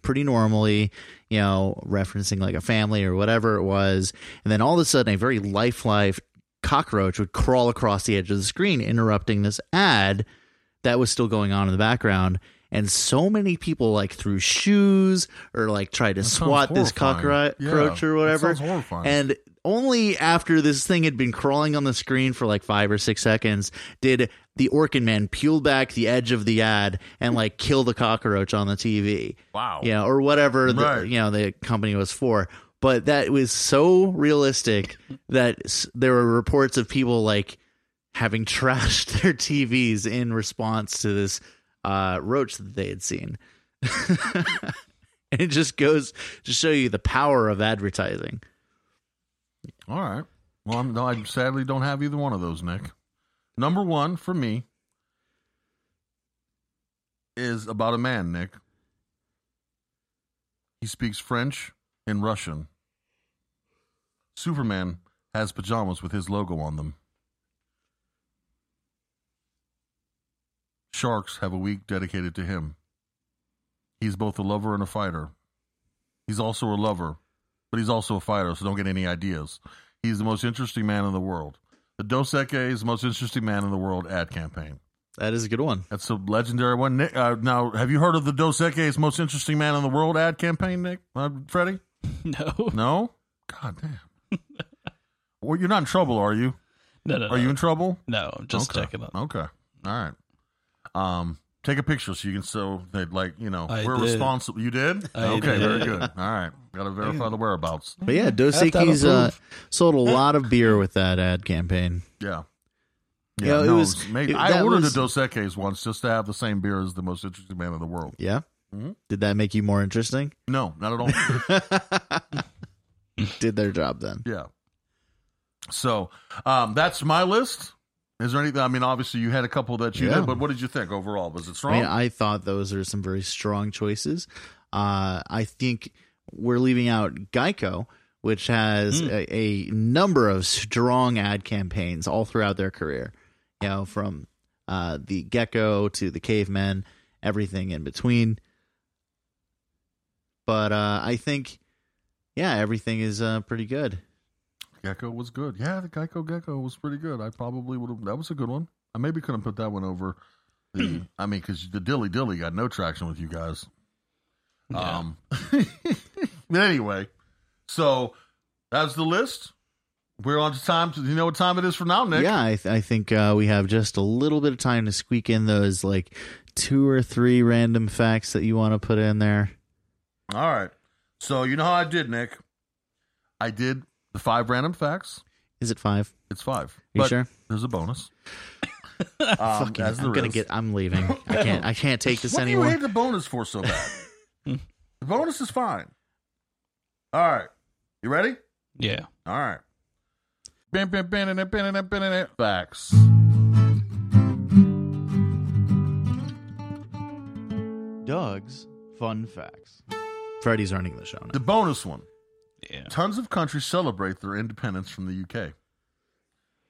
S2: pretty normally, you know, referencing like a family or whatever it was. And then all of a sudden, a very lifelike cockroach would crawl across the edge of the screen, interrupting this ad that was still going on in the background. And so many people like threw shoes or like tried to
S1: That sounds
S2: swat this
S1: horrifying.
S2: cockroach
S1: Yeah,
S2: roach or
S1: that
S2: whatever.
S1: sounds horrifying.
S2: And only after this thing had been crawling on the screen for like five or six seconds did the Orkin man peel back the edge of the ad and like kill the cockroach on the TV.
S1: Wow.
S2: You know, or whatever the,
S1: Right.
S2: you know the company was for. But that was so realistic [LAUGHS] that s- there were reports of people like having [LAUGHS] trashed their TVs in response to this uh, roach that they had seen. [LAUGHS] and it just goes to show you the power of advertising.
S1: All right. Well, I'm, no, I sadly don't have either one of those, Nick. Number one for me is about a man, Nick. He speaks French and Russian. Superman has pajamas with his logo on them. Sharks have a week dedicated to him. He's both a lover and a fighter. He's also a lover, but he's also a fighter, so don't get any ideas. He's the most interesting man in the world. The Dos Equis is the most interesting man in the world ad campaign.
S2: That is a good one.
S1: That's a legendary one. Nick, uh, now, have you heard of the Dos Equis most interesting man in the world ad campaign, Nick? Uh, Freddie?
S3: No.
S1: No? God damn.
S3: [LAUGHS]
S1: well, you're not in trouble, are you?
S3: No, no, no.
S1: Are you in trouble?
S3: No, I'm just
S1: okay.
S3: checking up.
S1: Okay. All right. Um, take a picture so you can so that like you know
S3: I
S1: we're
S3: did.
S1: responsible. You did?
S3: I
S1: okay, very
S3: did.
S1: good. All right, got to verify the whereabouts.
S2: But yeah, Dos
S3: Have to have
S2: Equis uh,
S3: approved.
S2: sold a lot of beer with that ad campaign.
S1: Yeah.
S2: Yeah, it
S1: no,
S2: was-
S1: made-
S2: it-
S1: I
S2: that
S1: ordered
S2: was-
S1: a Dos Equis once just to have the same beer as the most interesting man in the world.
S2: Yeah.
S1: Mhm.
S2: Did that make you more interesting?
S1: No, not at all.
S2: [LAUGHS] Did their job then.
S1: yeah. So um, that's my list. Is there anything? I mean, obviously you had a couple that you
S2: Yeah.
S1: did, but what did you think overall? Was it strong?
S2: I mean, I thought those are some very strong choices. Uh, I think we're leaving out Geico, which has a, a number of strong ad campaigns all throughout their career. You know, from uh, the gecko to the cavemen, everything in between. But uh, I think, yeah, everything is uh, pretty good.
S1: Gecko was good. Yeah, the Geico Gecko was pretty good. I probably would have. That was a good one. I maybe couldn't put that one over
S2: [CLEARS THROAT]
S1: the. I mean, because the Dilly Dilly got no traction with you guys.
S3: Yeah.
S1: Um. [LAUGHS] but anyway, so that's the list. We're on to time. you know what time it is for now, Nick?
S2: Yeah, I, th- I think uh, we have just a little bit of time to squeak in those like two or three random facts that you want to put in there.
S1: All right. So you know how I did, Nick. I did the five random facts.
S2: Is it five?
S1: It's five.
S2: You
S1: but
S2: sure?
S1: there's a
S2: [LAUGHS]
S1: bonus. um,
S2: Fucking,
S1: as there
S2: I'm gonna
S1: is.
S2: get. I'm
S1: [LAUGHS]
S2: leaving. I can't. I can't take this
S1: what
S2: anymore.
S1: do you hate the bonus for so
S2: [LAUGHS]
S1: bad? the bonus is fine. All right. You ready?
S3: yeah.
S1: All right. Bam, bam, bam, bam, bam, bam, bam, facts.
S2: Dogs. Fun facts. Freddy's running the show. Now.
S1: The bonus one.
S3: Yeah.
S1: Tons of countries celebrate their independence from the UK.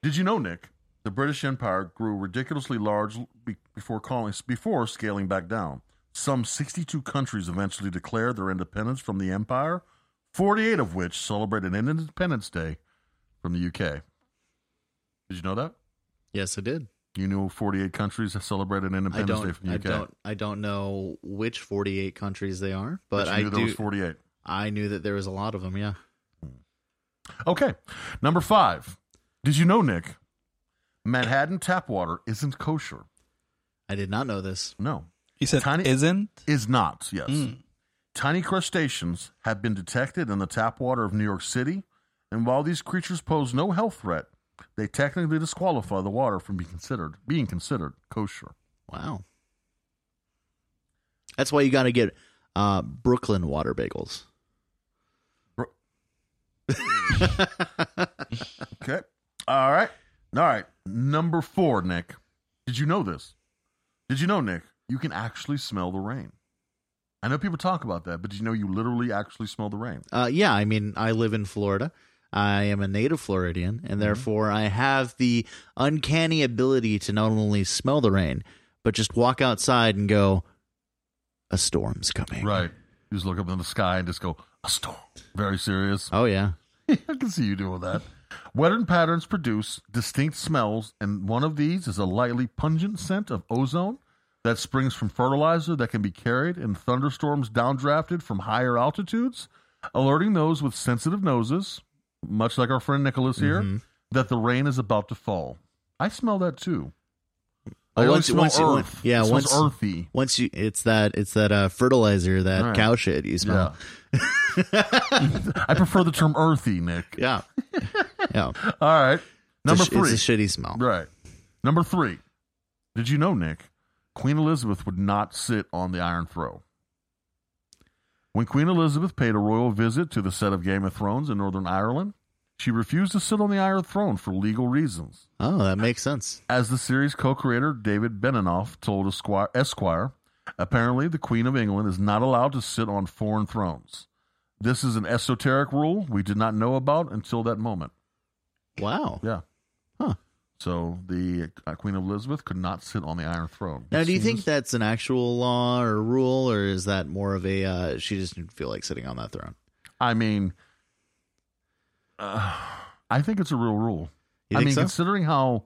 S1: Did you know, Nick? The British Empire grew ridiculously large be- before calling before scaling back down. Some 62 countries eventually declared their independence from the empire, 48 of which celebrated an Independence Day from the UK. Did you know that?
S2: Yes, I did.
S1: You knew 48 countries have celebrated
S2: I
S1: Independence Day
S2: don't.
S1: from the
S2: I
S1: UK.
S2: don't. I don't know which 48 countries they are,
S1: but
S2: but
S1: you
S2: I
S1: knew there was
S2: do.
S1: 48.
S2: I knew that there was a lot of them. Yeah.
S1: Okay. Number five. Did you know, Nick? Manhattan tap water isn't kosher.
S2: I did not know this.
S1: No.
S3: You said
S1: Tiny-
S3: isn't?
S1: Is not, yes.
S3: Mm.
S1: Tiny crustaceans have been detected in the tap water of New York City, and while these creatures pose no health threat, they technically disqualify the water from being considered being considered kosher.
S2: Wow. That's why you got to get uh, Brooklyn water bagels.
S1: Okay. All right. All right. Number four, Nick. Did you know this? Did you know, Nick? You can actually smell the rain. I know people talk about that, but did you know you literally actually smell the rain?
S2: Uh, yeah, I mean, I live in Florida. I am a native Floridian,
S1: Mm-hmm.
S2: and therefore I have the uncanny ability to not only smell the rain, but just walk outside and go, a storm's coming.
S1: Right. You just look up in the sky and just go, a storm. Very serious. [LAUGHS]
S2: Oh, yeah.
S1: I can see you doing that. Weathering patterns produce distinct smells, and one of these is a lightly pungent scent of ozone, that springs from fertilizer that can be carried in thunderstorms downdrafted from higher altitudes, alerting those with sensitive noses, much like our friend Nicholas here,
S2: Mhm.
S1: that the rain is about to fall. I smell that too. I
S2: Oh,
S1: only
S2: once-
S1: smell
S2: once you-
S1: earth.
S2: yeah,
S1: it smells
S2: once-
S1: earthy.
S2: Once you, it's that it's that uh, fertilizer that
S1: Right.
S2: cow shit you smell.
S1: [LAUGHS] I prefer the term earthy, Nick.
S2: Yeah,
S1: [LAUGHS]
S2: yeah. It's
S1: All right.
S2: a
S1: Number
S2: sh-
S1: three.
S2: it's a shitty smell.
S1: Right. Number three. Did you know, Nick? Queen Elizabeth would not sit on the Iron Throne. When Queen Elizabeth paid a royal visit to the set of Game of Thrones in Northern Ireland, she refused to sit on the Iron Throne for legal reasons.
S2: Oh, that makes sense.
S1: As the series co creator David Beninoff told Esquire, Esquire, apparently the Queen of England is not allowed to sit on foreign thrones. This is an esoteric rule we did not know about until that moment.
S2: Wow.
S1: Yeah.
S2: Huh.
S1: So the uh, Queen Elizabeth could not sit on the Iron Throne.
S2: Now, do you think
S1: Seems-
S2: that's an actual law or rule, or is that more of a uh, she just didn't feel like sitting on that throne?
S1: I mean, [SIGHS] uh, I think it's a real rule.
S2: You
S1: I
S2: think
S1: mean,
S2: so?
S1: considering how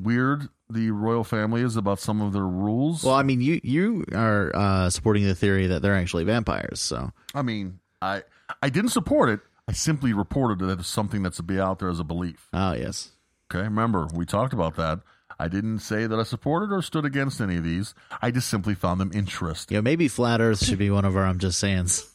S1: weird the royal family is about some of their rules.
S2: Well, I mean, you you are uh, supporting the theory that they're actually vampires. So
S1: I mean, I I didn't support it. I simply reported that it's something that's to be out there as a belief.
S2: Oh yes.
S1: Okay, remember we talked about that. I didn't say that I supported or stood against any of these. I just simply found them interesting.
S2: Yeah, maybe flat Earth should be one of our I'm just sayings.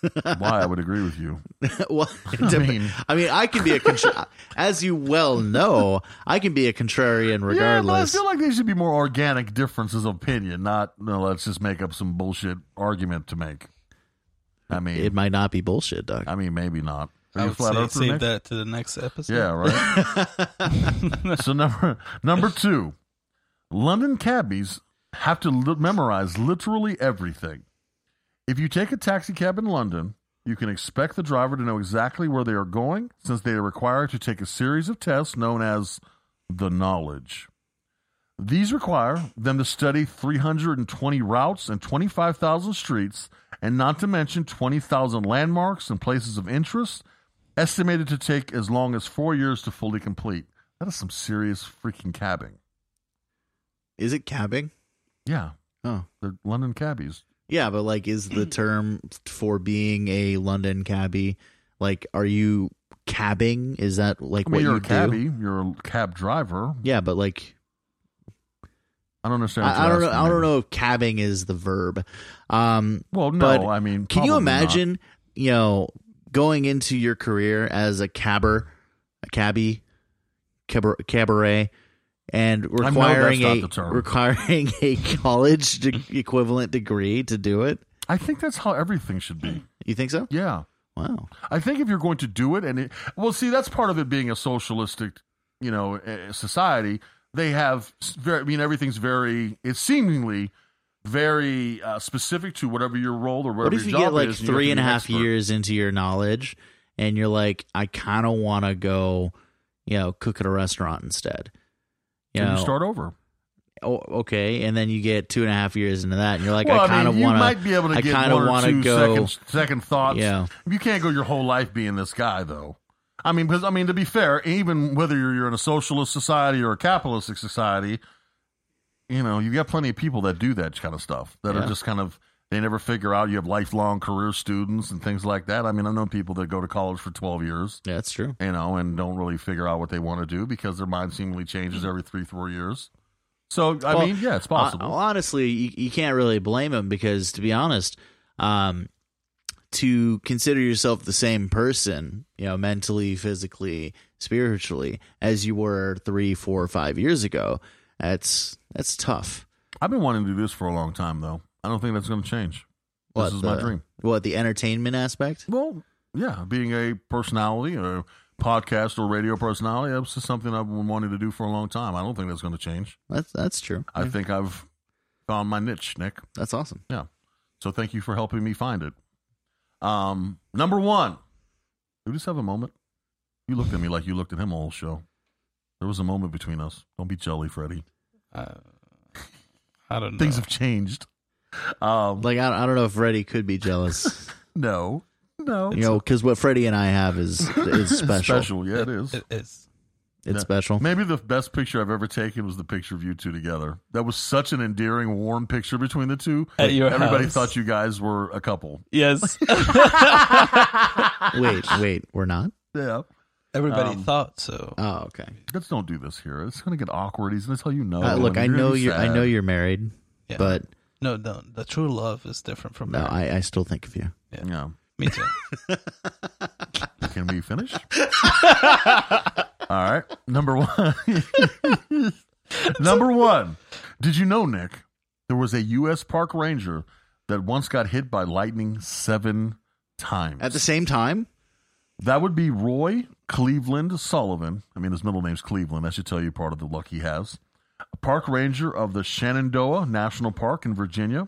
S1: Why I would agree with
S3: [LAUGHS]
S1: you.
S2: [LAUGHS] well,
S1: [LAUGHS] I
S2: I mean,
S1: mean,
S2: [LAUGHS] I can be a contra- [LAUGHS] as you well know, I can be a contrarian regardless.
S1: Yeah, but I feel like they should be more organic differences of opinion, not no, let's just make up some bullshit argument to make. I mean,
S2: it might not be bullshit, Doc.
S1: I mean, maybe not. Are
S3: I
S1: you
S3: would
S1: flat
S3: say
S1: earther,
S3: save
S1: Nick?
S3: that to the next episode.
S1: Yeah, right. so number number two, London cabbies have to li- memorize literally everything. If you take a taxi cab in London, you can expect the driver to know exactly where they are going, since they are required to take a series of tests known as the knowledge. These require them to study 320 routes and 25,000 streets, and not to mention 20,000 landmarks and places of interest, estimated to take as long as four years to fully complete. That is some serious freaking cabbing.
S2: Is it cabbing?
S1: Yeah,
S2: Oh.
S1: the London cabbies.
S2: Yeah, but like
S1: [CLEARS THROAT]
S2: is the term for being a London cabbie like are you cabbing? Is that like
S1: I
S2: what
S1: mean, you're
S2: you
S1: a
S2: do?
S1: cabbie, you're a cab driver.
S2: Yeah, but like
S1: I don't understand. What
S2: I, I
S1: you're
S2: don't know
S1: asking
S2: I
S1: me.
S2: don't know if cabbing is the verb. Um
S1: Well, no,
S2: But
S1: I mean,
S2: Can you
S1: probably not.
S2: imagine, you know, going into your career as a cabber, a cabbie, cabar- cabaret, and
S1: that's
S2: requiring
S1: not
S2: a
S1: the term.
S2: requiring a college de- equivalent degree to do it?
S1: I think that's how everything should be.
S2: You think so?
S1: Yeah.
S2: Wow.
S1: I think if you're going to do it, and it, well, see, that's part of it being a socialistic, you know, eh, society. They have s- very, I mean, everything's very, it's seemingly very uh, specific to whatever your role or whatever
S2: What if you
S1: your job
S2: get like
S1: is, you have
S2: three
S1: to
S2: and
S1: be
S2: a
S1: an
S2: half
S1: expert.
S2: years into your knowledge, and you're like, I kind of want to go, you know, cook at a restaurant instead. You
S1: Then
S2: know,
S1: you start over.
S2: oh, okay, and then you get two and a half years into that, and you're like,
S1: well,
S2: I kind of
S1: mean,
S2: want
S1: you might be able to
S2: I
S1: get
S2: kinda
S1: one or
S2: wanna
S1: two
S2: go-
S1: second, second thoughts.
S2: Yeah.
S1: You can't go your whole life being this guy, though. I mean, because I mean, to be fair, even whether you're, you're in a socialist society or a capitalistic society, you know, you've got plenty of people that do that kind of stuff that are
S2: Yeah.
S1: just kind of they never figure out. You have lifelong career students and things like that. I mean, I know people that go to college for twelve years,
S2: Yeah, that's true.
S1: you know, and don't really figure out what they want to do because their mind seemingly changes every three, four years. So I
S2: Mm. Well,
S1: mean, yeah, it's
S2: Hon-
S1: possible.
S2: honestly, you, you can't really blame him because, to be honest, um, to consider yourself the same person, you know, mentally, physically, spiritually, as you were three, four, five years ago, that's that's tough.
S1: I've been wanting to do this for a long time, though. I don't think that's going to change.
S2: What,
S1: this is my
S2: the-
S1: dream.
S2: What the entertainment aspect?
S1: Well, yeah, being a personality or podcast or radio personality, that's just something I've been wanting to do for a long time. I don't think that's going to change.
S2: That's that's true.
S1: I think I've found my niche, Nick.
S2: That's awesome.
S1: So thank you for helping me find it. Um, number one, Did we just have a moment. You looked at me like you looked at him all show. There was a moment between us. Don't be jelly, Freddie.
S3: Uh, I don't know.
S1: Things have changed. Um,
S2: Like I, I don't know if Freddie could be
S1: [LAUGHS]
S2: jealous,
S1: no, no, [LAUGHS]
S2: you know, because what Freddie and I have is is special.
S1: Yeah, it is.
S3: It is.
S2: It's
S1: Yeah. [LAUGHS]
S2: special.
S1: Maybe the best picture I've ever taken was the picture of you two together. That was such an endearing, warm picture between the two.
S3: At your
S1: Everybody
S3: house.
S1: thought you guys were a couple.
S3: Yes.
S2: Wait, wait, we're not.
S1: Yeah.
S3: [LAUGHS] Everybody
S1: Um,
S3: thought so.
S2: Oh, okay.
S1: Let's don't do this here. It's going to get awkward. He's going to tell you no.
S2: Uh, look,
S1: and
S2: I
S1: you're gonna
S2: know
S1: be
S2: you're. I
S1: sad.
S2: know you're married,
S3: Yeah.
S2: but
S3: no, no. The true love is different from
S2: no,
S3: marriage.
S2: I, I still think of you.
S1: Yeah. [LAUGHS]
S3: Me too.
S1: Can we
S2: [LAUGHS]
S1: finish? All right. Number one. [LAUGHS] Number one. Did you know, Nick, there was a U.S. park ranger that once got hit by lightning seven times?
S2: At the same time,
S1: that would be Roy Cleveland Sullivan. I mean, his middle name's Cleveland. That should tell you part of the luck he has. A park ranger of the Shenandoah National Park in Virginia,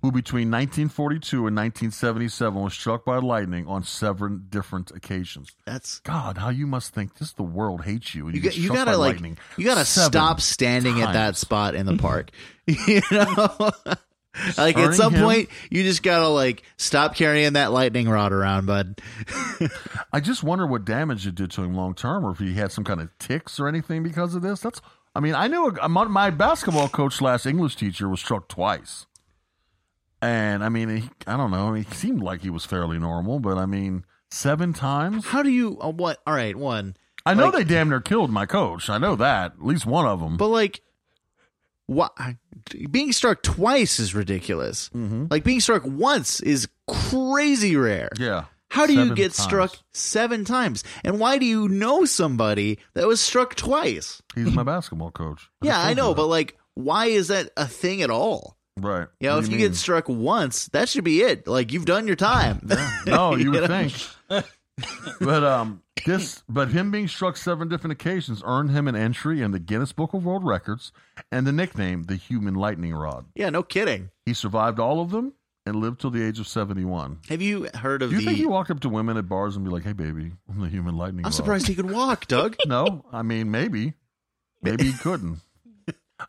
S1: who between 1942 and 1977 was struck by lightning on seven different occasions.
S2: that's
S1: God, how you must think this the world hates you. And
S2: you.
S1: you,
S2: got-
S1: get
S2: You
S1: struck by
S2: gotta like.
S1: lightning
S2: You gotta
S1: seven
S2: stop standing at that
S1: times. [LAUGHS]
S2: spot in the park. [LAUGHS] you know. [LAUGHS] Like at
S1: Turning
S2: some
S1: him-
S2: point, you just gotta like stop carrying that lightning rod around, bud.
S1: I just wonder what damage it did to him long term, or if he had some kind of ticks or anything because of this. That's. I mean, I knew a, my, my basketball coach slash English teacher was struck twice, and I mean, he, I don't know. I mean, he seemed like he was fairly normal, but I mean, seven times.
S2: How do you? Uh, what? All right, one.
S1: I know
S2: Like-
S1: they damn near killed my coach. I know that at least one of them.
S2: But like, what? Being struck twice is ridiculous.
S1: Mm-hmm.
S2: Like being struck once is crazy rare.
S1: yeah,
S2: How do you
S1: Seven
S2: get
S1: times.
S2: struck seven times? And why do you know somebody that was struck twice?
S1: he's my basketball coach.
S2: yeah, I
S1: told
S2: know,
S1: you
S2: but like, why is that a thing at all?
S1: that. right.
S2: You know,
S1: What
S2: if
S1: do
S2: you,
S1: mean?
S2: get struck once, that should be it. Like, you've done your time. [LAUGHS]
S1: [LAUGHS] No, you
S2: You
S1: would
S2: know?
S1: think.
S2: [LAUGHS]
S1: But um, this but him being struck seven different occasions earned him an entry in the Guinness Book of World Records and the nickname the Human Lightning Rod.
S2: yeah, no kidding.
S1: He survived all of them and lived till the age of seventy-one.
S2: Have you heard of
S1: Do you
S2: the.
S1: think he walked up to women at bars and be like, "Hey, baby, I'm the Human Lightning
S2: I'm
S1: Rod"?
S2: surprised [LAUGHS] he could
S1: [LAUGHS]
S2: walk, Doug.
S1: No, I mean maybe, maybe he
S2: [LAUGHS]
S1: couldn't.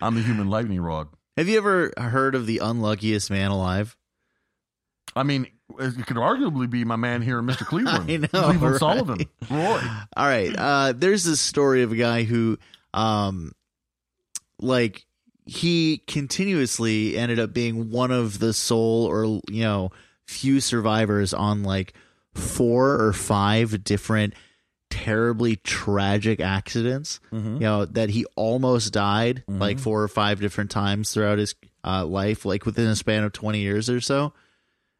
S1: I'm the Human Lightning Rod.
S2: Have you ever heard of the unluckiest man alive?
S1: I mean, it could arguably be my man here, Mr. Cleveland,
S2: [LAUGHS] I know,
S1: Cleveland
S2: right?
S1: Sullivan, Roy.
S2: All right. Uh, there's this story of a guy who, um, like, he continuously ended up being one of the sole or, you know, few survivors on like four or five different terribly tragic accidents, you know, that he almost died
S1: Mm-hmm.
S2: like four or five different times throughout his uh, life, like within a span of 20 years or so.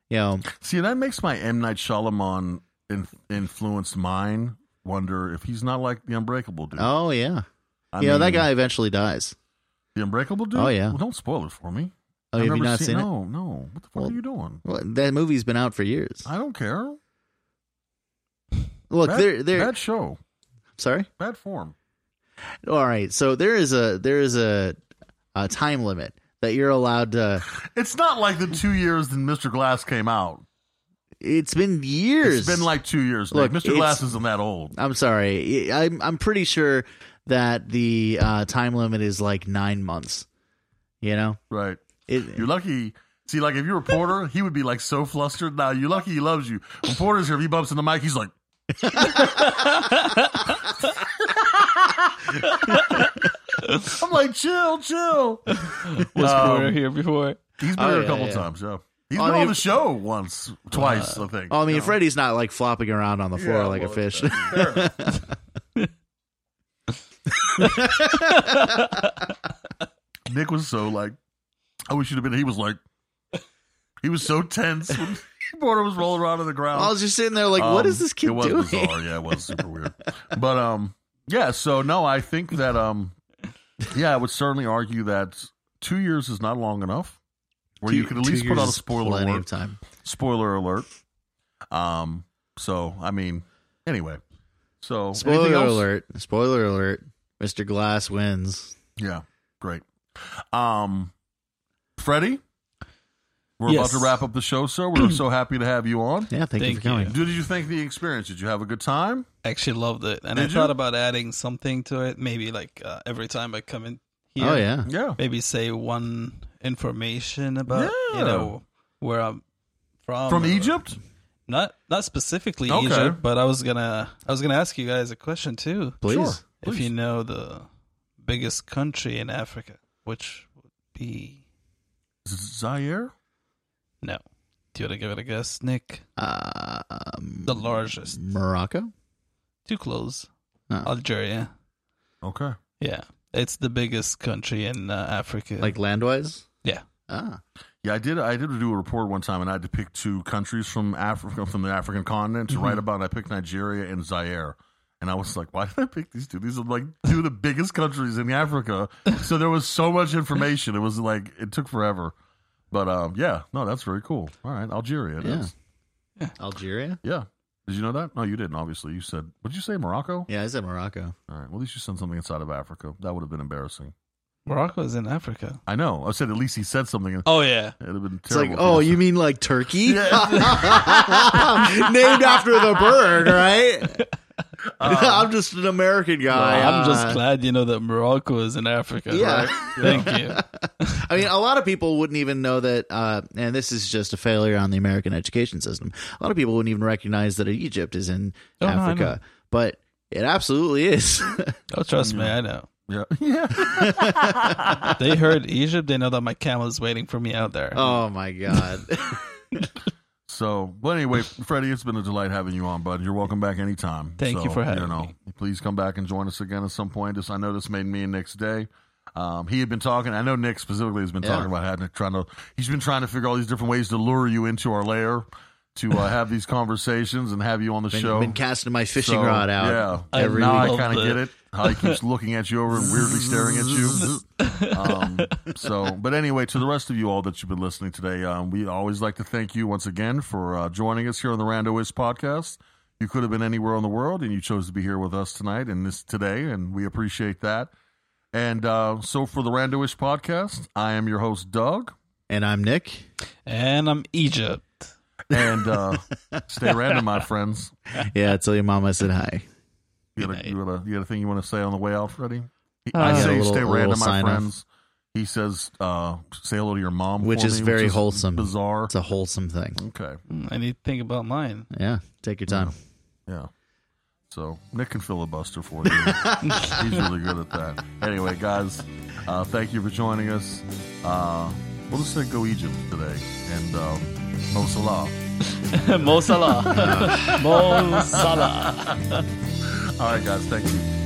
S2: You know,
S1: See, that makes my M Night Shyamalan in- influenced mind wonder if he's not like the Unbreakable dude.
S2: oh, yeah.
S1: I
S2: you know, that
S1: mean,
S2: guy eventually dies.
S1: the Unbreakable dude.
S2: Oh, yeah.
S1: Well, don't spoil it for me. I've
S2: Oh, have you
S1: never
S2: not seen it?
S1: No, no. What the fuck
S2: Well-
S1: are you doing?
S2: Well, that movie's been out for years.
S1: I don't care.
S2: Look,
S1: bad,
S2: there, there.
S1: bad show,
S2: Sorry.
S1: bad form.
S2: All right, so there is a there is a, a time limit that you're allowed to.
S1: It's not like the two years that Mr. Glass came out.
S2: It's been years.
S1: It's been like two years.
S2: Look,
S1: Nick. Mr.
S2: it's-
S1: Glass isn't that old.
S2: I'm sorry. I- I'm I'm pretty sure that the uh, time limit is like nine months. You know.
S1: Right.
S2: It,
S1: You're lucky. See, like if you're a Porter, he would be like so flustered. Now you're lucky he loves you. When Porter's here, if he bumps in the mic, he's like, I'm like, chill, chill.
S3: [LAUGHS] Was
S1: Um,
S3: Porter here before?
S1: He's been
S2: Oh,
S1: here
S2: yeah,
S1: a couple
S2: yeah.
S1: times, yeah. He's
S2: I
S1: been
S2: mean-
S1: on the show once, twice, I think.
S2: oh, I mean,
S1: Yeah.
S2: Freddy's not like flopping around on the floor
S1: Yeah,
S2: like a
S1: well,
S2: fish. [LAUGHS]
S1: Fair enough. [LAUGHS] Nick was so like, I wish you'd have been. He was like, he was so tense when [LAUGHS] Porter was rolling around on the ground.
S2: I was just sitting there like, what
S1: Um,
S2: is this kid
S1: It was
S2: doing? [LAUGHS]
S1: bizarre. Yeah, it was super weird. But um, yeah. So no, I think that um, yeah, I would certainly argue that two years is not long enough, where you
S2: Two-
S1: could at
S2: two
S1: least put
S2: years
S1: out a
S2: is
S1: spoiler
S2: Plenty of
S1: alert.
S2: time.
S1: Spoiler alert. Um. So I mean, anyway. So anything
S2: Spoiler
S1: else?
S2: alert! Spoiler alert! Mr. Glass wins.
S1: Yeah. Great. Um, Freddie. We're
S3: Yes.
S1: about to wrap up the show, sir. We're
S3: [CLEARS THROAT]
S1: so happy to have you on.
S2: Yeah, thank, you
S3: Thank
S2: for coming.
S3: you.
S1: Did you think the experience? Did you have a good time?
S3: actually loved it, and I
S1: Did you?
S3: thought about adding something to it. Maybe like uh, every time I come in here,
S2: Oh yeah.
S1: Yeah.
S3: maybe say one information about
S1: Yeah.
S3: you know where I'm from.
S1: From
S3: or-
S1: Egypt?
S3: Not not specifically
S1: Okay.
S3: Egypt, but I was gonna I was gonna ask you guys a question too.
S2: Please.
S1: Sure.
S3: if
S1: Please.
S3: you know the biggest country in Africa, which would be
S1: Is it Zaire?
S3: no. Do you want to give it a guess, Nick?
S2: Um,
S3: The largest.
S2: Morocco.
S3: Too close.
S2: No.
S3: Algeria.
S1: Okay.
S3: Yeah, it's the biggest country in uh, Africa.
S2: Like landwise.
S3: Yeah.
S2: Ah,
S1: Yeah, I did. I did do a report one time, and I had to pick two countries from Africa, from the African continent, to write
S2: Mm-hmm.
S1: about. And I picked Nigeria and Zaire, and I was like, "Why did I pick these two? These are like two of the biggest countries in Africa." So there was so much information. It was like it took forever, but um, yeah, no, that's very cool. All right, Algeria. it
S2: Yeah.
S1: is.
S2: Algeria.
S1: yeah. Did you know that? No, you didn't. Obviously, you said. What Did you say Morocco?
S2: Yeah, I said Morocco.
S1: All right. Well, at least you said something inside of Africa. That would have been embarrassing.
S3: Morocco is in Africa.
S1: I know. I said at least he said something. It'd
S3: Oh yeah,
S1: have been terrible.
S2: It's like,
S1: if he
S2: oh,
S1: just
S2: you
S1: said-
S2: mean like
S3: [LAUGHS]
S2: Turkey? [LAUGHS] Named after the bird,
S3: [LAUGHS]
S2: right? [LAUGHS] I'm just an American guy.
S3: Um, I'm
S2: Uh,
S3: just glad you know that Morocco is in Africa.
S2: Yeah.
S3: right?
S2: [LAUGHS]
S3: thank you.
S2: I mean, a lot of people wouldn't even know that, uh, and this is just a failure on the American education system. A lot of people wouldn't even recognize that Egypt is in
S3: Oh, no, I
S2: Africa, but it absolutely
S3: [LAUGHS]
S2: is.
S3: Oh, trust me, I know.
S2: [LAUGHS]
S1: Yeah. Um, Yeah. [LAUGHS]
S3: They heard Egypt. They know that my camel is waiting for me out there.
S2: oh
S1: [LAUGHS]
S2: my god!
S1: So, but anyway, Freddie, it's been a delight having you on, bud. You're welcome back anytime.
S3: Thank
S1: So,
S3: you for having me.
S1: Please come back and join us again at some point. This, I know this made me and Nick's day. Um, he had been talking. I know Nick specifically has been
S2: Yeah.
S1: talking about having trying to. He's been trying to figure all these different ways to lure you into our lair to uh, have these conversations and have you on the
S2: Been,
S1: show.
S2: been casting my fishing
S1: So,
S2: rod out.
S1: Yeah,
S3: I
S2: every
S1: now I
S3: love
S1: kind of
S3: that.
S1: get it. How he
S3: [LAUGHS]
S1: keeps looking at you over and weirdly staring at you. Um, so, but anyway, to the rest of you all that you've been listening today, um, we always like to thank you once again for uh, joining us here on the Randoist podcast. You could have been anywhere in the world, and you chose to be here with us tonight and this today, and we appreciate that. And uh, so, for the Randoish podcast, I am your host, Doug,
S2: And I'm
S1: [LAUGHS]
S2: Nick.
S3: And I'm Egypt.
S1: and uh, stay random, my friends.
S2: Yeah, tell your mom I said hi.
S1: You got,
S3: Good
S1: a,
S3: night.
S1: you, got a, you got a thing you want to say on the way out, Freddie? He-
S3: Uh,
S1: I
S3: Yeah,
S1: say
S2: a little-
S1: stay
S2: a
S1: random,
S2: little
S1: my
S2: sign-off.
S1: friends. He says uh, say hello to your mom,
S2: Which
S1: for
S2: is
S1: me,
S2: very wholesome.
S1: bizarre.
S2: It's a wholesome thing.
S1: okay,
S3: Mm, I need to think about mine.
S2: Yeah, take your time.
S1: yeah. So Nick can filibuster for
S2: [LAUGHS]
S1: you. He's really good at that. Anyway, guys, uh, thank you for joining us. Uh, we'll just say go Egypt today and um, Mo Salah.
S3: [LAUGHS] Mo Salah. Mo Salah.
S1: All right, guys, thank you.